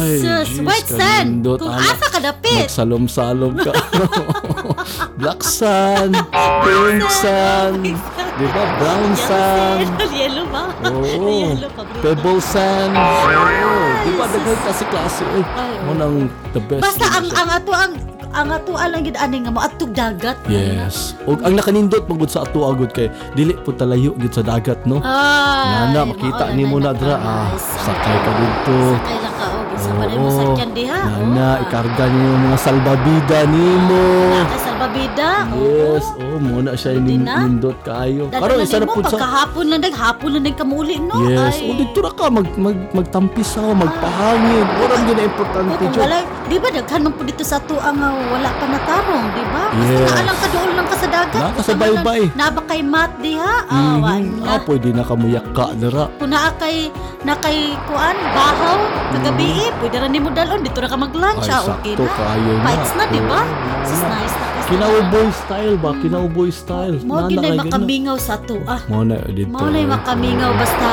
Speaker 2: Ay, Diyos,
Speaker 3: sus, white sun.
Speaker 2: kalindot,
Speaker 3: Kung
Speaker 2: anak.
Speaker 3: asa ka dapit.
Speaker 2: Magsalom-salom ka. Black sun, pink sun, di ba? Brown sun.
Speaker 3: Yellow ba?
Speaker 2: Oo.
Speaker 3: Yellow pa, bro.
Speaker 2: Pebble sun. Oo. Di ba? Daghan kasi klase. Uy,
Speaker 3: Ay,
Speaker 2: mo nang the best.
Speaker 3: Basta ang
Speaker 2: siya.
Speaker 3: ang ato ang ang ato lang gid ani nga mo atog dagat.
Speaker 2: Yes. O ang nakanindot pagod sa ato agod kay dili po talayo gid sa dagat no.
Speaker 3: Ay,
Speaker 2: Nana, makita
Speaker 3: maola
Speaker 2: ni mo na dra.
Speaker 3: naka-
Speaker 2: Ah,
Speaker 3: ay,
Speaker 2: sakay ka dito.
Speaker 3: Sakay lang ka og isa pa rin mo
Speaker 2: Oo.
Speaker 3: sakyan diha.
Speaker 2: Nana,
Speaker 3: Oo.
Speaker 2: ikarga niyo yung mga salbabida nimo.
Speaker 3: Naka salbabida.
Speaker 2: Yes, oh, muna siya
Speaker 3: Pwede
Speaker 2: nin-
Speaker 3: na.
Speaker 2: nindot kayo. Karo
Speaker 3: Dadala
Speaker 2: isa na
Speaker 3: nimo
Speaker 2: po sa...
Speaker 3: pagkahapon lang dag hapon lang dag kamuli no.
Speaker 2: Yes,
Speaker 3: Ay.
Speaker 2: o dito ra ka mag mag magtampisaw, magpahangin. Oram gyud na importante
Speaker 3: Oo, kung
Speaker 2: jud.
Speaker 3: wala, di ba daghan man po dito sa tuang nga wala pa natarong, di ba? Basta
Speaker 2: Yes.
Speaker 3: naalang ka dool lang ka sa dagat.
Speaker 2: Naa ka sa baybay.
Speaker 3: Naba kay mat diha. Ah,
Speaker 2: Mhm.
Speaker 3: wala.
Speaker 2: Ah, pwede na kamuyak ka dira.
Speaker 3: Kung naa kay na kay kuan bahaw kagabi, eh, pwede ra nimo dalon dito ra ka mag-lunch.
Speaker 2: Mm-hmm. Ay,
Speaker 3: ah, okay
Speaker 2: sakto,
Speaker 3: na.
Speaker 2: kayo na.
Speaker 3: Bites na, di ba?
Speaker 2: Oo,
Speaker 3: Sis,
Speaker 2: wala.
Speaker 3: nice na kasi.
Speaker 2: Kinauboy style ba? Kinauboy style.
Speaker 3: Mao
Speaker 2: Nana,
Speaker 3: ginay
Speaker 2: kay ganun.
Speaker 3: makamingaw sa tuwa.
Speaker 2: Mao na dito.
Speaker 3: Mao nay makamingaw basta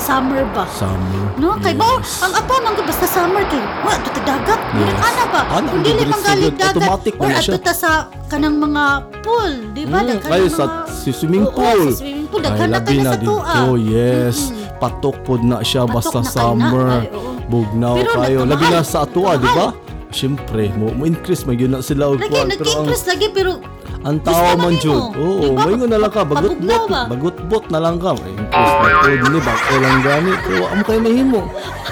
Speaker 3: summer ba.
Speaker 2: Summer.
Speaker 3: No, kay ba? Ang apo man ko basta summer kay. Wa to ta dagat. Yes.
Speaker 2: Yes.
Speaker 3: Ana ba?
Speaker 2: Ana,
Speaker 3: Kung
Speaker 2: hindi
Speaker 3: dili
Speaker 2: ko
Speaker 3: pang galing
Speaker 2: lisod.
Speaker 3: dagat.
Speaker 2: Automatic
Speaker 3: or
Speaker 2: na siya.
Speaker 3: ato ta sa kanang mga pool, di ba?
Speaker 2: Mm,
Speaker 3: Daghan
Speaker 2: kayo
Speaker 3: ng
Speaker 2: sa
Speaker 3: mga-
Speaker 2: si swimming
Speaker 3: Oo,
Speaker 2: pool.
Speaker 3: sa swimming pool. Daghan na
Speaker 2: labi
Speaker 3: kayo sa
Speaker 2: dito.
Speaker 3: tuwa.
Speaker 2: yes. Patok po na siya
Speaker 3: Patok
Speaker 2: basta
Speaker 3: na kayo na.
Speaker 2: summer.
Speaker 3: Ay, oo.
Speaker 2: Bugnaw
Speaker 3: Pero
Speaker 2: kayo.
Speaker 3: natamahal.
Speaker 2: Labi na sa atua, di ba?
Speaker 3: Natamahal.
Speaker 2: Siyempre, mo, mo increase man yun na sila og
Speaker 3: Lagi,
Speaker 2: kuwan, pero ang-
Speaker 3: nag-increase lagi pero
Speaker 2: Ang tao
Speaker 3: Gusto na
Speaker 2: man
Speaker 3: nimo.
Speaker 2: jud.
Speaker 3: Di
Speaker 2: Oo,
Speaker 3: ba?
Speaker 2: may na lang ka bagot
Speaker 3: Pabugnaw
Speaker 2: bot,
Speaker 3: ba?
Speaker 2: bagot bot na lang ka. May Increase na po ni bag o lang gani. Pero wa mo kay mahimo.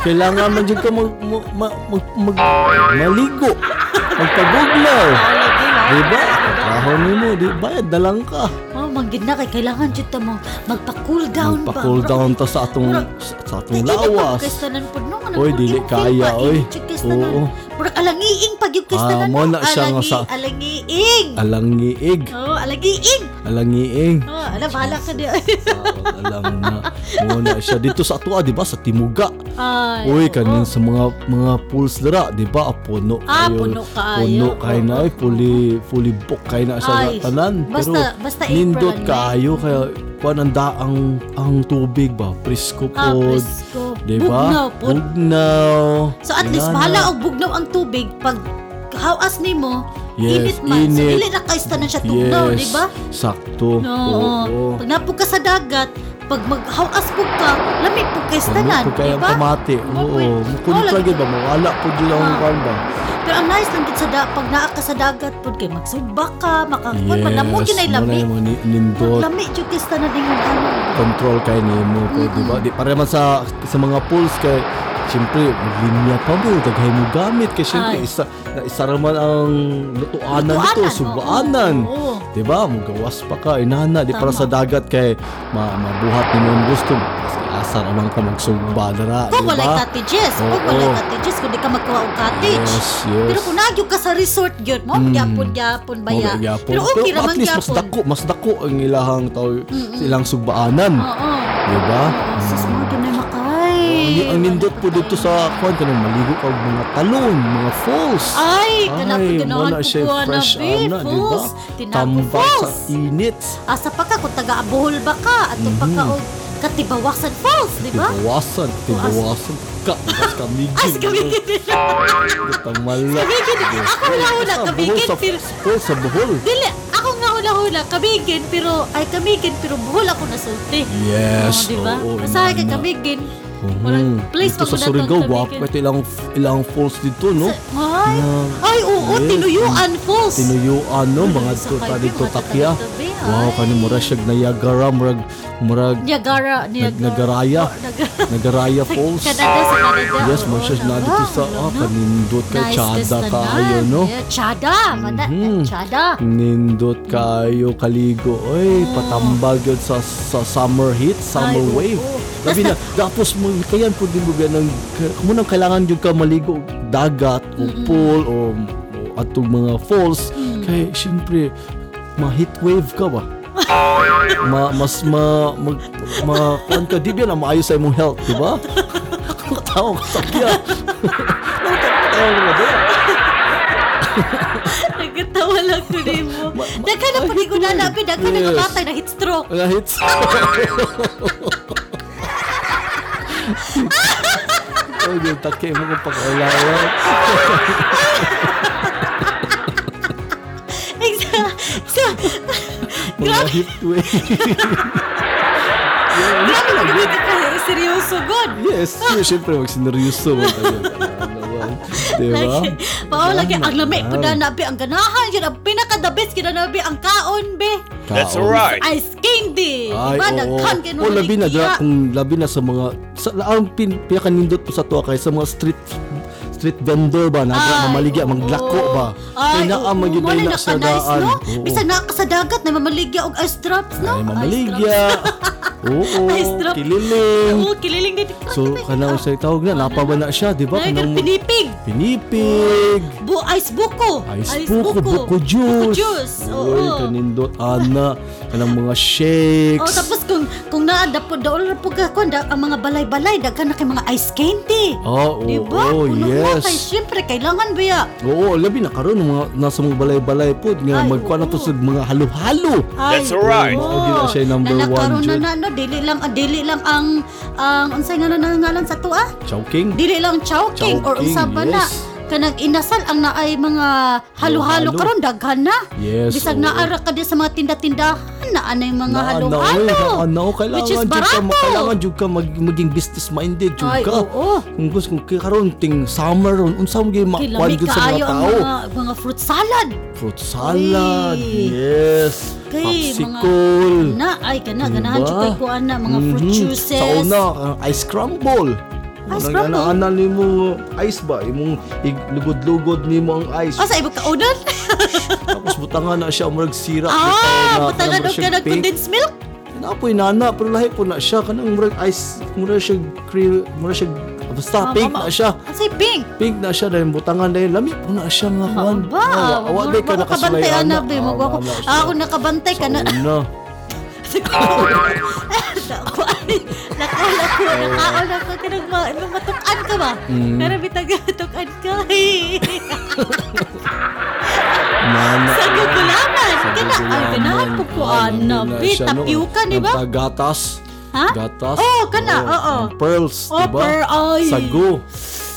Speaker 2: Kailangan man jud ka mag mag mag, mag maligo. Magpabugnaw.
Speaker 3: lagi na.
Speaker 2: Di ba? Trabaho nimo, di bayad na lang ka.
Speaker 3: Oh, manggid na kay kailangan jud ta mo magpa-cool down ba.
Speaker 2: Magpa-cool down ta sa atong sa atong lawas.
Speaker 3: Kastanan po no. kanang
Speaker 2: Oy,
Speaker 3: puro
Speaker 2: dili
Speaker 3: yung
Speaker 2: kaya,
Speaker 3: feel ba,
Speaker 2: oy.
Speaker 3: inig jud kastanan.
Speaker 2: Oo.
Speaker 3: Murag alangiing pag yung kastanan.
Speaker 2: Ah, mo na siya nga
Speaker 3: Alangi-
Speaker 2: sa- Ah.
Speaker 3: Alangiing.
Speaker 2: Alangiig,
Speaker 3: Oh, alangiing.
Speaker 2: alangiing.
Speaker 3: Oh, ala bahala ka di.
Speaker 2: Sa- alam na. Muna siya dito sa atua, di ba? Sa Timuga.
Speaker 3: Ay.
Speaker 2: Uy,
Speaker 3: oo.
Speaker 2: kanin sa mga mga pools dira, di ba? Ah, Puno kayo.
Speaker 3: Ah, puno kayo.
Speaker 2: Puno kayo na, eh, fully, fully book kayo na sa
Speaker 3: Ay,
Speaker 2: tanan.
Speaker 3: basta-
Speaker 2: Pero,
Speaker 3: basta eh. April
Speaker 2: nindot
Speaker 3: lang,
Speaker 2: kayo, kaya pananda ang, ang tubig ba? Presko
Speaker 3: Ah,
Speaker 2: pod.
Speaker 3: presko.
Speaker 2: Di ba?
Speaker 3: Bugnaw pod.
Speaker 2: Bugnaw.
Speaker 3: So at least
Speaker 2: Inana.
Speaker 3: bahala oh, og bugnaw ang tubig pag hawas nimo.
Speaker 2: Yes,
Speaker 3: init man. So
Speaker 2: init.
Speaker 3: dili na kayo tanan siya tugnaw,
Speaker 2: yes, Oh,
Speaker 3: di ba?
Speaker 2: Sakto.
Speaker 3: No.
Speaker 2: Oo.
Speaker 3: Pag napog ka sa dagat, pag maghawas po ka, lamig po diba? kayo sa tanan,
Speaker 2: Puno po kayo
Speaker 3: di
Speaker 2: ang
Speaker 3: ba?
Speaker 2: kamate. Oo.
Speaker 3: pwede.
Speaker 2: Mukulit
Speaker 3: Oo,
Speaker 2: Oh, lagi
Speaker 3: lagi.
Speaker 2: ba? Mawala po dila ang
Speaker 3: Ah.
Speaker 2: kan ba?
Speaker 3: Pero ang nice lang gid sa da, pag naa ka sa dagat pod kay magsubak
Speaker 2: Ah,
Speaker 3: ka, makakuan man namo
Speaker 2: Yes.
Speaker 3: ginay
Speaker 2: Muna
Speaker 3: lamig.
Speaker 2: yung mga ni- nindot.
Speaker 3: Lami jud kay sa tanan ingon ano.
Speaker 2: control kay nimo ko di ba di para man sa sa mga pools kay syempre maglinya pa mo daghay mo gamit kay syempre
Speaker 3: Ay.
Speaker 2: isa na isa ra man ang lutuanan dito
Speaker 3: Lutuanan, oo,
Speaker 2: subaanan
Speaker 3: oo.
Speaker 2: di ba mo gawas pa ka inana di para
Speaker 3: Tama.
Speaker 2: sa dagat kay ma mabuhat nimo ang gusto mo kasi asa ra man ka magsugba dara di
Speaker 3: Kung
Speaker 2: ba
Speaker 3: walay cottages, kung
Speaker 2: Oo.
Speaker 3: walay cottages, kung di ka magkuha og cottage.
Speaker 2: Oh, yes yes
Speaker 3: Pero kung nagyo ka sa resort gyud mo,
Speaker 2: Mm.
Speaker 3: gyapon gyapon
Speaker 2: Mo
Speaker 3: baya.
Speaker 2: kay gyapon.
Speaker 3: Pero okay ra
Speaker 2: at
Speaker 3: man
Speaker 2: least mas
Speaker 3: gyapon.
Speaker 2: dako mas dako ang ilahang taw ilang sugbaanan
Speaker 3: Oo.
Speaker 2: di ba
Speaker 3: Oo, Oh, Sus mo dunay makay.
Speaker 2: Ang, ang nindot po dito sa kwan ka nang maligo ka og mga talon, mga falls.
Speaker 3: Ay, kanapon ganahan
Speaker 2: wala
Speaker 3: ko
Speaker 2: siya
Speaker 3: kuha na,
Speaker 2: fresh
Speaker 3: babe.
Speaker 2: ana, di ba?
Speaker 3: Falls. Tinapon
Speaker 2: Tambak sa
Speaker 3: falls.
Speaker 2: init.
Speaker 3: Asa pa ka kung taga Bohol ba
Speaker 2: Mhm.
Speaker 3: ka? At mm ka og Katibawasan Falls, di ba?
Speaker 2: Tibawasan,
Speaker 3: Diba?
Speaker 2: tibawasan ka. Mas kamigin.
Speaker 3: As kamigin nila.
Speaker 2: Tamala.
Speaker 3: Kamigin. Ako wala wala, kamigin,
Speaker 2: Sa
Speaker 3: pero-
Speaker 2: falls sa buhol.
Speaker 3: Dili, ako nga hula-hula, kamigin, pero, ay kamigin, pero buhol ako nasulti.
Speaker 2: Yes,
Speaker 3: Oo, di ba?
Speaker 2: oo,
Speaker 3: diba? Masahe ka
Speaker 2: inana.
Speaker 3: kamigin.
Speaker 2: Mhm.
Speaker 3: Walang place
Speaker 2: Dito sa
Speaker 3: pa mo na
Speaker 2: Surigao,
Speaker 3: tong
Speaker 2: guwapo.
Speaker 3: kamigin.
Speaker 2: Ito ilang, ilang falls dito, no?
Speaker 3: Ay,
Speaker 2: Yeah.
Speaker 3: ay, oo,
Speaker 2: Yes. mm.
Speaker 3: tinuyuan falls.
Speaker 2: tinuyuan no mga
Speaker 3: Sa
Speaker 2: tuta
Speaker 3: kaibigan,
Speaker 2: dito
Speaker 3: mga
Speaker 2: takya
Speaker 3: tabi-tabi,
Speaker 2: ah. wow
Speaker 3: ay.
Speaker 2: kani murag siyag Niagara murag murag
Speaker 3: Niagara,
Speaker 2: Nag-
Speaker 3: Niagara.
Speaker 2: Nagaraya
Speaker 3: Nagaraya.
Speaker 2: Nagaraya Falls
Speaker 3: Canada, sa Canada.
Speaker 2: yes
Speaker 3: oo,
Speaker 2: mo siya na
Speaker 3: naman,
Speaker 2: dito sa
Speaker 3: wala
Speaker 2: ah
Speaker 3: na.
Speaker 2: kanindot kay
Speaker 3: Nice
Speaker 2: Chada
Speaker 3: kastanan.
Speaker 2: kayo no
Speaker 3: Yeah, Chada, mada,
Speaker 2: Mhm.
Speaker 3: Chada.
Speaker 2: nindot kayo kaligo oy patambag yun sa sa summer heat summer
Speaker 3: Ay, oo.
Speaker 2: wave Sabi na, tapos mo, kayan po din mo ganang, munang kailangan yung ka maligo, dagat, o pool, o, o atong mga falls. Kaya, syempre, ma-heat wave ka ba? ma, mas ma, mag, ma, kuhan ka, di ba na maayos sa imong health, di ba? Tao ka sa kaya. Tao ka ba?
Speaker 3: Nagkatawa lang ko rin mo. Daka na paniguna na, pin. Daka na
Speaker 2: Yes.
Speaker 3: kamatay na heat stroke.
Speaker 2: Wala hits.
Speaker 4: Ah,
Speaker 2: Oh, yung take mo kung pakaulawa.
Speaker 3: Exa- So,
Speaker 2: Mga hit eh. wave. Yeah, ano
Speaker 3: grabe
Speaker 2: ka
Speaker 3: mo
Speaker 2: lang,
Speaker 3: naman ka seryoso, God.
Speaker 2: Yes, yeah, syempre, wag sineryoso mo tayo. Diba?
Speaker 3: Lagi, pao lagi,
Speaker 2: Ganun
Speaker 3: ang lamig
Speaker 2: lang.
Speaker 3: po na nabi, ang ganahan, yun ang pinaka-the best, yun ang nabi, ang kaon, be.
Speaker 4: That's
Speaker 2: Kaon.
Speaker 4: right.
Speaker 3: Ice candy!
Speaker 2: Ay,
Speaker 3: diba?
Speaker 2: oo.
Speaker 3: Nagkan kayo
Speaker 2: Oh, labi na, dra, kung labi na sa mga, sa, ang pin, pinakanindot po sa tuwa kay sa mga street street vendor ba,
Speaker 3: Ay,
Speaker 2: naga, mamaligya,
Speaker 3: oo.
Speaker 2: maglako ba.
Speaker 3: Ay,
Speaker 2: Kaya na ang
Speaker 3: oo. Wala
Speaker 2: magigay na sa
Speaker 3: naka-nice,
Speaker 2: daan.
Speaker 3: no?
Speaker 2: Oo.
Speaker 3: Bisa na ka sa dagat na mamaligya og oh, ice drops, Oh, no?
Speaker 2: Ay,
Speaker 3: Ice
Speaker 2: mamaligya. Oo,
Speaker 3: Ice drop.
Speaker 2: kililing.
Speaker 3: drops. Oo, kililing din.
Speaker 2: So, kanang sa tawag na, napaba na siya, di ba?
Speaker 3: Kanang
Speaker 2: Kanang
Speaker 3: pinipig.
Speaker 2: pinipig.
Speaker 3: Bu ice buko.
Speaker 2: Ice buko, buko
Speaker 3: Buko
Speaker 2: juice.
Speaker 3: juice. Oo.
Speaker 2: Uy, kanindot, ana. Kanang mga shakes.
Speaker 3: Oh, tapos kung kung naa dapat daol ra pud ka kon da- ang mga balay-balay daghan na kay mga ice candy.
Speaker 2: Ah, Oo,
Speaker 3: Di ba?
Speaker 2: oo,
Speaker 3: Kung nakuha
Speaker 2: Oh.
Speaker 3: kay
Speaker 2: yes.
Speaker 3: syempre kailangan ba ya?
Speaker 2: Oo, labi na karon ng mga nasa mga balay-balay po nga
Speaker 3: Ay,
Speaker 2: magkuha na to
Speaker 3: oo.
Speaker 2: sa mga halo-halo.
Speaker 3: Ay,
Speaker 4: That's alright.
Speaker 3: oo.
Speaker 2: Mao gid Oh, na siya number
Speaker 3: na
Speaker 2: one,
Speaker 3: nakaroon
Speaker 2: Jud.
Speaker 3: na na no, dili lang ah, dili lang ang ang unsay nga na ngalan sa tuwa?
Speaker 2: Chowking.
Speaker 3: Dili lang chowking or
Speaker 2: Chowking,
Speaker 3: unsa ba na
Speaker 2: yes.
Speaker 3: kanang inasal ang naay mga halo-halo
Speaker 2: Halo-halo.
Speaker 3: karon daghan na.
Speaker 2: Yes,
Speaker 3: Bisag
Speaker 2: oo.
Speaker 3: naara ka di sa mga tinda-tindahan na anay mga
Speaker 2: Ano,
Speaker 3: halo-halo.
Speaker 2: ano, kailangan
Speaker 3: which is
Speaker 2: jud ka,
Speaker 3: barato.
Speaker 2: kailangan jud ka mag, maging business minded jud
Speaker 3: Ay,
Speaker 2: ka.
Speaker 3: oo.
Speaker 2: Kung gusto kung kay karon ting summer ron, unsa mo gyud makuan
Speaker 3: Kilami
Speaker 2: jud sa mga
Speaker 3: kaayo ang
Speaker 2: tao?
Speaker 3: mga, mga fruit salad.
Speaker 2: Fruit salad.
Speaker 3: Uy.
Speaker 2: Yes.
Speaker 3: Kay, mga-
Speaker 2: Popsicle.
Speaker 3: Na, ay, kana,
Speaker 2: Diba?
Speaker 3: ganahan siya kay kuan na, mga fruit
Speaker 2: Mhm.
Speaker 3: juices.
Speaker 2: Sa una, uh, ice crumble.
Speaker 3: Ice
Speaker 2: Anang-
Speaker 3: crumble?
Speaker 2: anang- anang nimo ice ba? Imong ig- lugod-lugod nimo ang ice.
Speaker 3: Ah, sa iba kaunan?
Speaker 2: Tapos butangan na siya murag syrup.
Speaker 3: ah, butagan og kanang condensed milk?
Speaker 2: Napoy nana pero lahi po na siya kanang murag ice murag siya krill murag siya basta
Speaker 3: Ah,
Speaker 2: pink na
Speaker 3: mama-
Speaker 2: siya.
Speaker 3: Ah, say pink.
Speaker 2: Pink na siya dahil butangan dahil lami po na siya nga kuan.
Speaker 3: Ba,
Speaker 2: Awa
Speaker 3: wala
Speaker 2: di ka ano.
Speaker 3: ba ako kabantay,
Speaker 2: nakasulayan
Speaker 3: ana, be? Magwa ko. Ah, ako nakabantay ka na.
Speaker 2: Una.
Speaker 3: Ako ay, nakala ko, nakaon ako, kanang ma- ano, matukan ka ba?
Speaker 2: Mm.
Speaker 3: Pero bitag, matukan ka.
Speaker 2: Nana.
Speaker 3: Sa gugulaman, kana, ay, ganahan po ko, ana, be, tapyukan, di ba?
Speaker 2: Gatas.
Speaker 3: Ha?
Speaker 2: Gatas.
Speaker 3: Oo, kana, oo.
Speaker 2: ang Pearls,
Speaker 3: Oh,
Speaker 2: di ba?
Speaker 3: pearl, ay.
Speaker 2: Sago.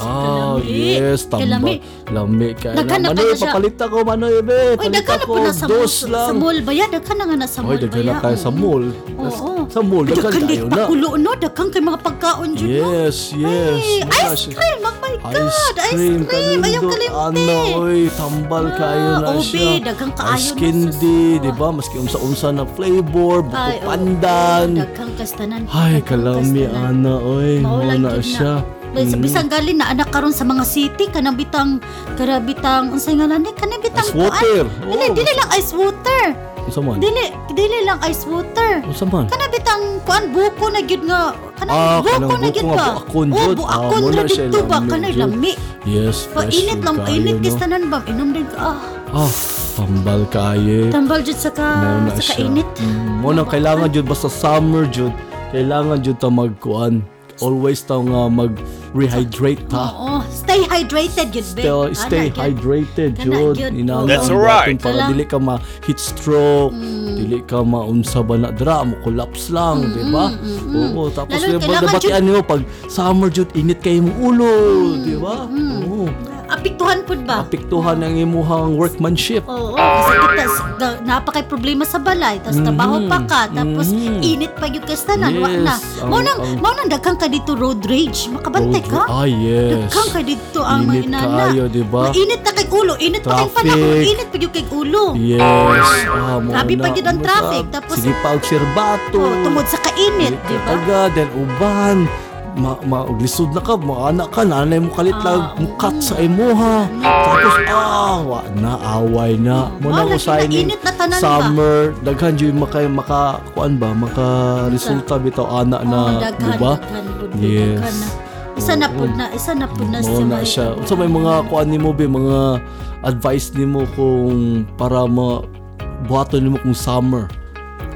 Speaker 2: Ah,
Speaker 3: Kalami.
Speaker 2: yes,
Speaker 3: Kalami.
Speaker 2: tambak. Lami ka.
Speaker 3: Daghan na pa
Speaker 2: Manoy,
Speaker 3: na siya.
Speaker 2: papalit ako, Manoy, be.
Speaker 3: Uy,
Speaker 2: Palit
Speaker 3: daghan na
Speaker 2: ako.
Speaker 3: po na sa mall.
Speaker 2: Dos
Speaker 3: Sa
Speaker 2: lang.
Speaker 3: mall ba yan? Daghan na nga na sa
Speaker 2: Oy,
Speaker 3: mall ba
Speaker 2: daghan na
Speaker 3: yan?
Speaker 2: tayo sa
Speaker 3: Oo.
Speaker 2: mall. Nas-
Speaker 3: Oo.
Speaker 2: Sa mall, daghan
Speaker 3: Daghan
Speaker 2: tayo
Speaker 3: din
Speaker 2: na.
Speaker 3: pakulo, no? Daghan kay mga pagkaon dyan, no?
Speaker 2: Yes, yes.
Speaker 3: Ay,
Speaker 2: Wala
Speaker 3: ice
Speaker 2: siya.
Speaker 3: cream! Oh my God! Ice cream! Ayaw
Speaker 2: kalindo. Ano,
Speaker 3: kalimti!
Speaker 2: oy, tambal kayo na
Speaker 3: Ah,
Speaker 2: siya.
Speaker 3: obi, daghang kaayo
Speaker 2: Ice
Speaker 3: na
Speaker 2: candy,
Speaker 3: sa-
Speaker 2: di ba? Maski unsa-unsa na flavor, buko
Speaker 3: Ay, oh. oo.
Speaker 2: pandan.
Speaker 3: Daghang kastanan.
Speaker 2: Ay,
Speaker 3: daghang
Speaker 2: kalami,
Speaker 3: kastanan.
Speaker 2: ana, oy.
Speaker 3: Maulan
Speaker 2: Muna
Speaker 3: gid
Speaker 2: siya.
Speaker 3: Dahil sa
Speaker 2: Mm.
Speaker 3: bisang galing na anak karon sa mga city kanang bitang kanang bitang unsay nga nani kanang bitang
Speaker 2: Ice water. Oh.
Speaker 3: kuan.
Speaker 2: Oo.
Speaker 3: Dili dili lang ice water.
Speaker 2: Unsa man?
Speaker 3: Dili dili lang ice water.
Speaker 2: Unsa man?
Speaker 3: Kanang bitang kuan buko na gyud nga kanang
Speaker 2: Ah,
Speaker 3: buko
Speaker 2: kanang
Speaker 3: na gyud Oh,
Speaker 2: buko nga,
Speaker 3: ka.
Speaker 2: buakon
Speaker 3: Oo,
Speaker 2: jud.
Speaker 3: buakon
Speaker 2: Ah, wala
Speaker 3: ra
Speaker 2: siya
Speaker 3: dito ba
Speaker 2: lami
Speaker 3: kanang
Speaker 2: jud.
Speaker 3: lami.
Speaker 2: Yes, fresh
Speaker 3: Painit
Speaker 2: jud
Speaker 3: lang
Speaker 2: kayo,
Speaker 3: painit
Speaker 2: no?
Speaker 3: kistanan ba inom din ka. Ah,
Speaker 2: Ah, tambal kayo.
Speaker 3: tambal jud sa ka
Speaker 2: Muna
Speaker 3: sa
Speaker 2: siya.
Speaker 3: kainit.
Speaker 2: Mo nang kailangan jud basta summer jud, kailangan jud ta magkuan. Always ta nga mag rehydrate ta.
Speaker 3: Oo, stay hydrated yun, babe.
Speaker 2: Stay, stay
Speaker 3: Ana, gyud.
Speaker 2: hydrated
Speaker 3: Kana,
Speaker 2: jud.
Speaker 3: gyud.
Speaker 2: Inangan
Speaker 4: That's alright.
Speaker 2: natin para
Speaker 3: Kailang-
Speaker 2: dili ka ma heat stroke,
Speaker 3: Mm.
Speaker 2: dili ka maunsa ba na dra mo collapse lang, di ba? Oo, tapos
Speaker 3: mm,
Speaker 2: Lalo,
Speaker 3: Lalo,
Speaker 2: diba,
Speaker 3: kailangan
Speaker 2: nabatian nyo pag summer jud init kay imong ulo,
Speaker 3: Mm,
Speaker 2: di ba? Oo.
Speaker 3: Apiktuhan po ba?
Speaker 2: Apektuhan ang imuhang workmanship.
Speaker 3: Oo, kasi kita, ga- napakay problema sa balay, tapos
Speaker 2: Mhm.
Speaker 3: trabaho pa ka, tapos init pa yung kastanan, wa
Speaker 2: Yes,
Speaker 3: na.
Speaker 2: ang-
Speaker 3: Mao nang,
Speaker 2: ang-
Speaker 3: mao nang daghang ka dito road rage, makabantay
Speaker 2: Road-
Speaker 3: ka.
Speaker 2: Ah, yes.
Speaker 3: Daghang ka dito ang
Speaker 2: Init
Speaker 3: mainana.
Speaker 2: kaayo, di ba?
Speaker 3: Mainit na kay ulo, init pa kay panahon,
Speaker 2: Traffic.
Speaker 3: init pa yung kay ulo.
Speaker 2: Yes. Ah, mo
Speaker 3: Grabe
Speaker 2: na,
Speaker 3: pa yun ang
Speaker 2: mo
Speaker 3: traffic.
Speaker 2: na.
Speaker 3: Tapos-
Speaker 2: Sige pa, obserbato.
Speaker 3: Oh, tungod sa kainit, di ba?
Speaker 2: Taga, then uban. Ma, ma, lisod na ka, lah maanak ka, nanay mo kalit lang, mukat sa imuha. Tapos, ah, wa na, nag-away na mo na
Speaker 3: Wala,
Speaker 2: usay ni
Speaker 3: kinainit na tanan ba?
Speaker 2: summer daghan jud maka maka kuan ba maka resulta bitaw ana na
Speaker 3: Oh,
Speaker 2: di
Speaker 3: daghan,
Speaker 2: ba
Speaker 3: daghan, good,
Speaker 2: Yes.
Speaker 3: daghan na. Isa na po na, isa na po na
Speaker 2: Mao na siya. So may mga kuan nimo be mga ah, advice nimo kung para ma buhaton nimo kung summer.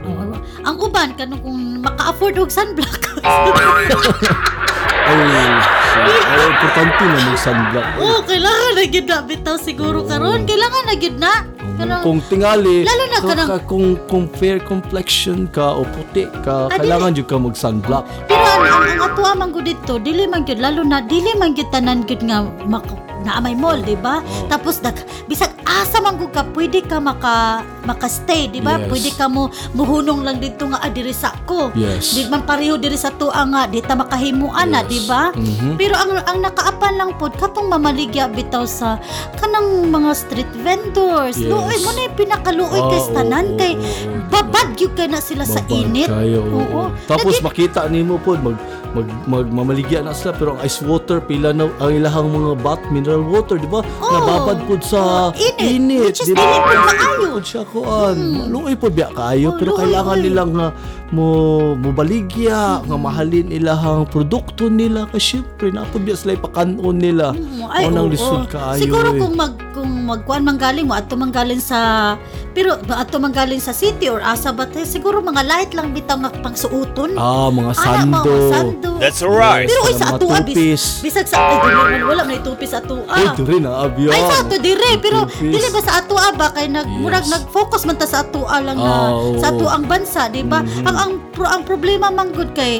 Speaker 3: Oo. Ang uban kanung kung maka-afford og sunblock.
Speaker 2: Ay, so, ay importante na mag sunblock.
Speaker 3: Oo, Oh, kailangan na gid na bitaw siguro karon. Kailangan na gid na. Kanang-
Speaker 2: kung tingali,
Speaker 3: Lalo na
Speaker 2: ka-
Speaker 3: kanang-
Speaker 2: ka- kung, kung fair complexion ka o puti ka,
Speaker 3: Ah,
Speaker 2: kailangan jud ka mag sunblock.
Speaker 3: Pero ang, ang, ang atuwa man gud dito, dili man gyud lalo na dili man gyud tanan gyud nga mak- naamay mall, di ba? Tapos dag bisag asa man gud ka, pwede ka maka maka-stay, di ba?
Speaker 2: Yes.
Speaker 3: Pwede ka mo muhunong lang dito nga adiri sa ko.
Speaker 2: Yes.
Speaker 3: Di man pareho diri sa tuwa nga, di ta makahimuan na,
Speaker 2: Yes.
Speaker 3: di ba?
Speaker 2: Mhm.
Speaker 3: Pero ang ang nakaapan lang pod katong mamaligya bitaw sa kanang mga street vendors.
Speaker 2: Yes.
Speaker 3: Luoy mo na yung pinakaluoy
Speaker 2: Ah,
Speaker 3: kay
Speaker 2: oo,
Speaker 3: tanan
Speaker 2: oo,
Speaker 3: kay
Speaker 2: oo, di ba?
Speaker 3: babad gyud kay na sila sa
Speaker 2: Babad
Speaker 3: init.
Speaker 2: kayo, oo. Tapos
Speaker 3: Lagi-
Speaker 2: makita nimo po mag mag magmamaligya na sila pero ang ice water pila na ang ilahang mga bath mineral water di ba?
Speaker 3: Oo.
Speaker 2: Nababad po sa
Speaker 3: Oo, init. Which
Speaker 2: di
Speaker 3: is
Speaker 2: ba?
Speaker 3: dili po maayo.
Speaker 2: Pud siya kuan. Luoy po biya kaayo
Speaker 3: Oo,
Speaker 2: pero
Speaker 3: luoy,
Speaker 2: kailangan
Speaker 3: luoy. Hmm.
Speaker 2: nilang nga mo mabaligya nga mahalin ilahang produkto nila kasi syempre napod biya sila ipakanon nila.
Speaker 3: mo.
Speaker 2: Mao nang
Speaker 3: Hmm. oo.
Speaker 2: lisod kaayo.
Speaker 3: Siguro
Speaker 2: eh.
Speaker 3: kung mag kung magkuan manggaling mo ato manggaling sa pero ato manggaling sa city or asa ba tayo, siguro mga light lang bitaw nga pangsuoton.
Speaker 2: ah mga
Speaker 3: Ana, mga
Speaker 2: sando.
Speaker 3: sando.
Speaker 4: That's alright.
Speaker 3: Pero oy
Speaker 2: Mga
Speaker 3: sa atua
Speaker 2: tupis.
Speaker 3: bis, bisag sa ay dili mo wala may tupis sa atua.
Speaker 2: Ay, ah. diri na abya.
Speaker 3: Ay sa ato dire pero
Speaker 2: Tupis.
Speaker 3: dili ba sa atua ba kay nag
Speaker 2: Yes.
Speaker 3: murag nag-focus man ta sa atua lang
Speaker 2: Ah,
Speaker 3: na
Speaker 2: oo. Mm-hmm.
Speaker 3: sa atua ang bansa, di ba? Ang ang pro, ang problema man gud kay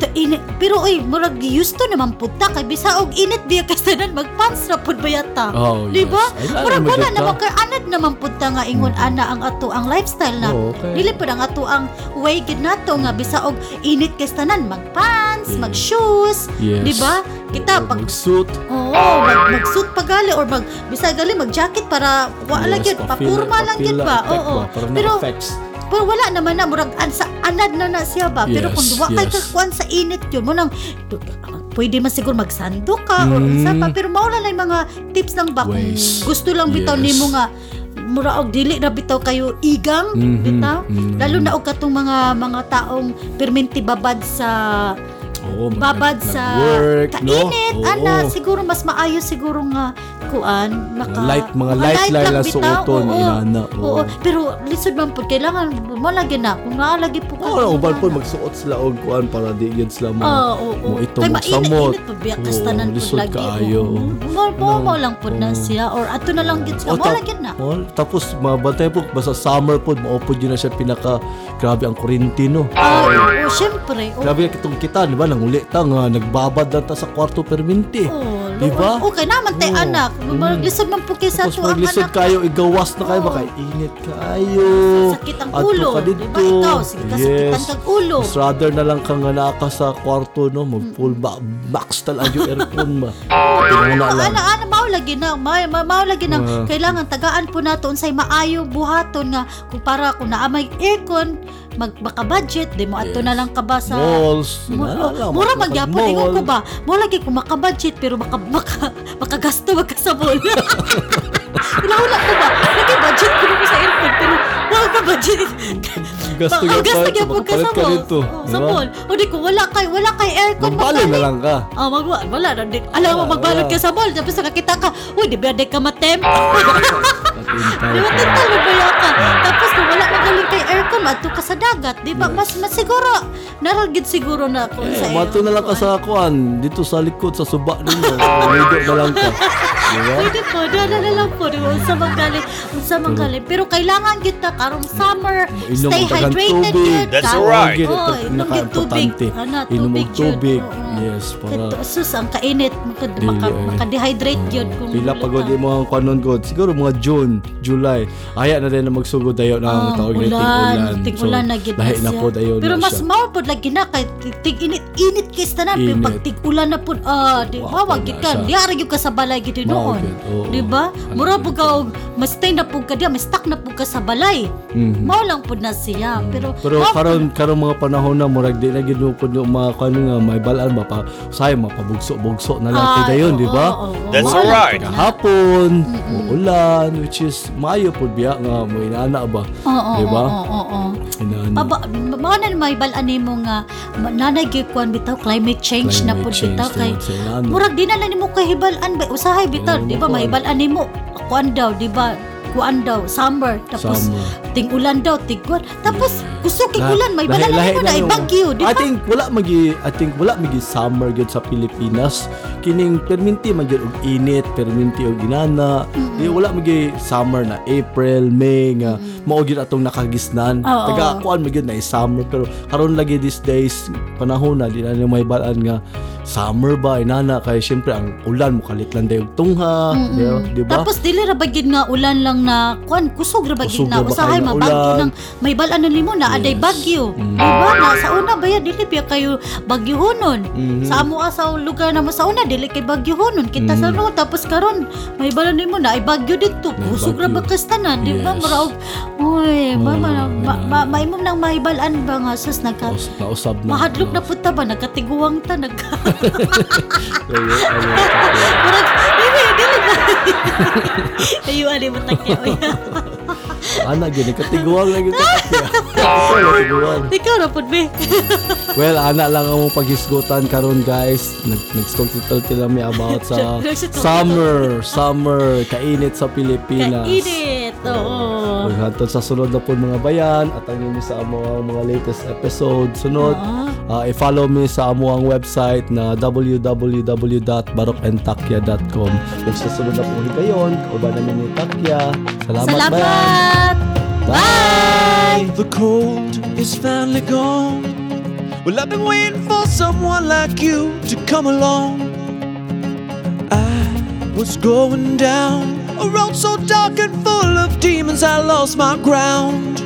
Speaker 3: ta- ini- pero oy murag used to naman puta kay bisa og init biya kay sanan magpants na pud bayata.
Speaker 2: Oh,
Speaker 3: di ba?
Speaker 2: yes. Ay, alam
Speaker 3: Murag
Speaker 2: mo
Speaker 3: Diba? wala
Speaker 2: dyan
Speaker 3: naman
Speaker 2: ka.
Speaker 3: kay anad naman puta nga ingon ana ang ato ang lifestyle na.
Speaker 2: Oo, Oh, okay.
Speaker 3: ah. Dili pud ang ato ang way gid nato nga bisa og init kay sanan magpants,
Speaker 2: Yes.
Speaker 3: magshoes,
Speaker 2: Yes.
Speaker 3: di ba? Kita pag
Speaker 2: Mag-suit.
Speaker 3: Oo, mag, mag-suit pa gali or mag bisag gali mag-jacket para wala
Speaker 2: Yes,
Speaker 3: gyud, papurma lang gyud
Speaker 2: papila,
Speaker 3: ba?
Speaker 2: effect
Speaker 3: Oo.
Speaker 2: ba? Parang
Speaker 3: Pero
Speaker 2: effects.
Speaker 3: pero wala naman na murag an, sa anad na na siya ba. Pero
Speaker 2: Yes,
Speaker 3: kung duwa kay
Speaker 2: yes.
Speaker 3: ka kuan sa init yun mo nang pwede man siguro magsando ka or
Speaker 2: Mm.
Speaker 3: unsa pa pero mao na lang mga tips lang ba kung
Speaker 2: Ways.
Speaker 3: gusto lang bitaw
Speaker 2: Yes.
Speaker 3: nimo nga mura og dili ra bitaw kayo igang
Speaker 2: Mhm,
Speaker 3: bitaw
Speaker 2: mhm.
Speaker 3: lalo na og katong mga mga taong perminti babad sa
Speaker 2: Oo, mag-
Speaker 3: babad sa
Speaker 2: nag-work, no?
Speaker 3: kainit
Speaker 2: Oo.
Speaker 3: ana siguro mas maayo siguro nga kuan maka
Speaker 2: light, mga light lang lang
Speaker 3: bitaw,
Speaker 2: suoton,
Speaker 3: oo.
Speaker 2: inana, oo.
Speaker 3: oo. pero lisod man po kailangan mo lagi na kung naalagi po ka
Speaker 2: Oo, oh, ubal po, magsuot sila og kuan para di yun sila mo.
Speaker 3: Oo, oo, oo.
Speaker 2: mo ito,
Speaker 3: Kay
Speaker 2: mo
Speaker 3: mainit-
Speaker 2: samot.
Speaker 3: init po biya,
Speaker 2: Oo,
Speaker 3: kastanan po
Speaker 2: lisod
Speaker 3: lagi,
Speaker 2: kaayo.
Speaker 3: oo. Mo mo mo lang po na
Speaker 2: Oo.
Speaker 3: siya or ato na lang gid siya.
Speaker 2: Oh,
Speaker 3: Mo
Speaker 2: tap-
Speaker 3: lang gid na.
Speaker 2: oh, tapos mabantay po basta summer po maupod yun na siya pinaka grabe ang Corintino.
Speaker 3: Ah, oo, syempre. Oo.
Speaker 2: Grabe kitong kita, di ba? Nanguli ta nga nagbabad na ta sa kwarto perminti.
Speaker 3: oo,
Speaker 2: di ba?
Speaker 3: oo, Okay naman tay
Speaker 2: Diba? Oo. Mm.
Speaker 3: anak. Maglisod man po kay sa
Speaker 2: Tapos
Speaker 3: to ang
Speaker 2: maglisod
Speaker 3: anak.
Speaker 2: kayo, igawas na kayo,
Speaker 3: Oo.
Speaker 2: baka init kayo.
Speaker 3: Sakit ang
Speaker 2: Adto
Speaker 3: ulo,
Speaker 2: ka
Speaker 3: di ba?
Speaker 2: dito.
Speaker 3: Ikaw, sige ka, sakitan kang ulo.
Speaker 2: Mas rather na lang kang nga naka sa kwarto, no? Mag-pull back, box talaga yung aircon ba? Ano na lang.
Speaker 3: Ana ana mao lagi na may mao lagi na
Speaker 2: Ah.
Speaker 3: kailangan tagaan po nato unsay maayo buhaton nga kung para kung naa may aircon mag baka budget di mo ato na lang ka ba sa
Speaker 2: Malls.
Speaker 3: Mu-
Speaker 2: yun na lang,
Speaker 3: mura
Speaker 2: makapag-
Speaker 3: magyapon ingon ko
Speaker 2: mall.
Speaker 3: ba mo lagi kung makabudget pero maka maka makagasto magkasabol Ilaula ko ba? Lagi budget ko ko sa aircon pero wala ka budget.
Speaker 2: Gasto gyapon,
Speaker 3: Ang gasto gyapon
Speaker 2: so makapalit ka
Speaker 3: sa mall.
Speaker 2: dito,
Speaker 3: Oo, Sa
Speaker 2: di ba?
Speaker 3: mall. O di ko wala kay wala kay aircon
Speaker 2: Magbalo na
Speaker 3: magpalit.
Speaker 2: lang ka.
Speaker 3: Ah, mag wala na di- Alam mo
Speaker 2: Wala,
Speaker 3: magbalot
Speaker 2: wala.
Speaker 3: ka sa mall tapos nakakita ka. Uy, di ba di ka matem?
Speaker 2: Patintaw
Speaker 3: Di ba
Speaker 2: ka.
Speaker 3: tintal magbaya ka? Tapos kung wala magaling kay aircon, ato ka sa dagat, di ba? Mas mas siguro naragid siguro na kung sa iyo.
Speaker 2: Mato na lang ka sa kuan, dito sa likod, sa suba ninyo. Umido na lang ka. Diba? Di ba?
Speaker 3: Pwede po, dala na lang po, di ba? Unsa magaling, unsa magaling. Pero kailangan kita karong summer,
Speaker 2: Inom ang
Speaker 3: stay
Speaker 2: tagang
Speaker 3: hydrated Oh,
Speaker 2: tubig.
Speaker 3: yun.
Speaker 4: That's
Speaker 3: ka.
Speaker 4: alright.
Speaker 2: Gid,
Speaker 3: Oo,
Speaker 2: ito
Speaker 3: inom gid tubig.
Speaker 2: pinaka-importante.
Speaker 3: Ana,
Speaker 2: Inom
Speaker 3: tubig
Speaker 2: ang
Speaker 3: yun.
Speaker 2: tubig.
Speaker 3: Oo.
Speaker 2: Yes, para
Speaker 3: Ito, Oh, sus, ang kainit, maka,
Speaker 2: Dili,
Speaker 3: maka,
Speaker 2: eh.
Speaker 3: maka-dehydrate yun. kung
Speaker 2: Pila
Speaker 3: wala
Speaker 2: pagod
Speaker 3: ka.
Speaker 2: yung mga kwanon god. Siguro mga June, July. Aya na rin na magsugod tayo na ang
Speaker 3: Ah,
Speaker 2: tawag na
Speaker 3: ulan,
Speaker 2: ting ulan.
Speaker 3: tig ulan na gid
Speaker 2: lahi na
Speaker 3: siya.
Speaker 2: po tayo
Speaker 3: Pero
Speaker 2: na
Speaker 3: mas
Speaker 2: siya.
Speaker 3: mao pod lagi na kay tig- tig init init kay tanan pero
Speaker 2: Init.
Speaker 3: pag tig ulan na pod ah di
Speaker 2: Wa pod
Speaker 3: ba wag gid
Speaker 2: na
Speaker 3: ka
Speaker 2: siya.
Speaker 3: di ara gyud ka sa balay gid
Speaker 2: Mao
Speaker 3: noon.
Speaker 2: gid, oo.
Speaker 3: Di ba?
Speaker 2: Ano
Speaker 3: Mura
Speaker 2: gid
Speaker 3: po
Speaker 2: ka.
Speaker 3: ka og mas stay na pod ka diya, mas stuck na pod ka sa balay.
Speaker 2: Mhm.
Speaker 3: Mao lang pod na siya pero
Speaker 2: Mm-hmm. Pero
Speaker 3: mao-
Speaker 2: karon karon mga panahon na murag di na gid mo pud yung mga kwanon nga may balaan ba mapa say mapabugso-bugso na lang
Speaker 3: Ay,
Speaker 2: kita yun, di ba?
Speaker 3: oo, oo, oo.
Speaker 4: That's
Speaker 2: Wala,
Speaker 4: alright.
Speaker 2: Kahapon, ulan, which is mayo po biya nga mo inaana ba?
Speaker 3: Oo,
Speaker 2: Di ba?
Speaker 3: oo, oo, oo.
Speaker 2: Inaana.
Speaker 3: Ah. Aba, mao na may balaan nimo nga ma- nanay gyud kuan bitaw climate change na
Speaker 2: Climate
Speaker 3: pud
Speaker 2: change,
Speaker 3: bitaw kay
Speaker 2: tungod sa inaano.
Speaker 3: murag di na lang nimo kahibalan ba usahay bitaw
Speaker 2: Di na
Speaker 3: di
Speaker 2: nimo
Speaker 3: ba
Speaker 2: kuan.
Speaker 3: mahibalan nimo kuan daw di ba kuan daw summer tapos
Speaker 2: Summer.
Speaker 3: ting ulan daw tiguan tapos gusto kay
Speaker 2: La-
Speaker 3: ulan may balaan
Speaker 2: lahi-
Speaker 3: nimo na
Speaker 2: lahi-
Speaker 3: ibagyo di
Speaker 2: I
Speaker 3: ba
Speaker 2: think wala magi I think wala magi summer gyud sa Pilipinas. Kining perminti man gyud og init, perminti og ginana. Di wala magi summer na April, May nga mao gyud atong nakagisnan.
Speaker 3: Oo.
Speaker 2: Taga kuan man gyud na is summer pero karon lagi these days panahon na di na may balaan nga summer ba inana kay syempre ang ulan mukalit lang dayon tungha, di ba? Di ba?
Speaker 3: Tapos dili ra bagid nga ulan lang na kuan kusog ra bagid
Speaker 2: Kusog
Speaker 3: na
Speaker 2: ra ba
Speaker 3: usahay
Speaker 2: kayo na
Speaker 3: mabagyo
Speaker 2: ulan?
Speaker 3: nang may balaan na limo na aday
Speaker 2: Yes.
Speaker 3: bagyo.
Speaker 2: Mm.
Speaker 3: Diba na sa una ba yan dili pa kayo bagyohonon.
Speaker 2: Mhm.
Speaker 3: Sa amo ah, sa lugar na mo sa una dili kay bagyohonon kita sa
Speaker 2: Mhm.
Speaker 3: no tapos karon may balaan nimo na ay bagyo didto
Speaker 2: May
Speaker 3: kusog ra
Speaker 2: bagyo.
Speaker 3: ba Diba? kastanan di
Speaker 2: Yes.
Speaker 3: ba maraog. Oy,
Speaker 2: Oh,
Speaker 3: mama ma-
Speaker 2: ayan.
Speaker 3: ma- maimong nang may balaan ba nga sus nagka
Speaker 2: Naus- Nausab na.
Speaker 3: mahadlok na puta ba nagkatiguwang ta nag
Speaker 2: Ayo, ayo.
Speaker 3: Murag, dili, dili ba? Ayaw, ano yung matakya? Uy,
Speaker 2: Ana gini katiguan lagi ta. Katiguan.
Speaker 3: Ikaw na po, be.
Speaker 2: Well, lah ana lang ang mong paghisgutan karon guys. Nag nagstultitul tila mi about sa
Speaker 3: Nagstultitul.
Speaker 2: summer, summer kainit sa Pilipinas.
Speaker 3: Kainit. Oo.
Speaker 2: Ug hantod sa sunod na po mga bayan at ang nimo sa among mga latest episode sunod. ah, i-follow me sa among website na www.barokandtakya.com. Ug sa sunod na po higayon, uban na ni Takya. Salamat, bayan.
Speaker 3: Salamat!
Speaker 2: Bye.
Speaker 5: The cold is finally gone. Well, I've been waiting for someone like you to come along. I was going down a road so dark and full of demons, I lost my ground.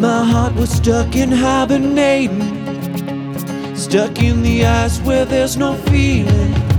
Speaker 5: My heart was stuck in hibernating, stuck in the ice where there's no feeling.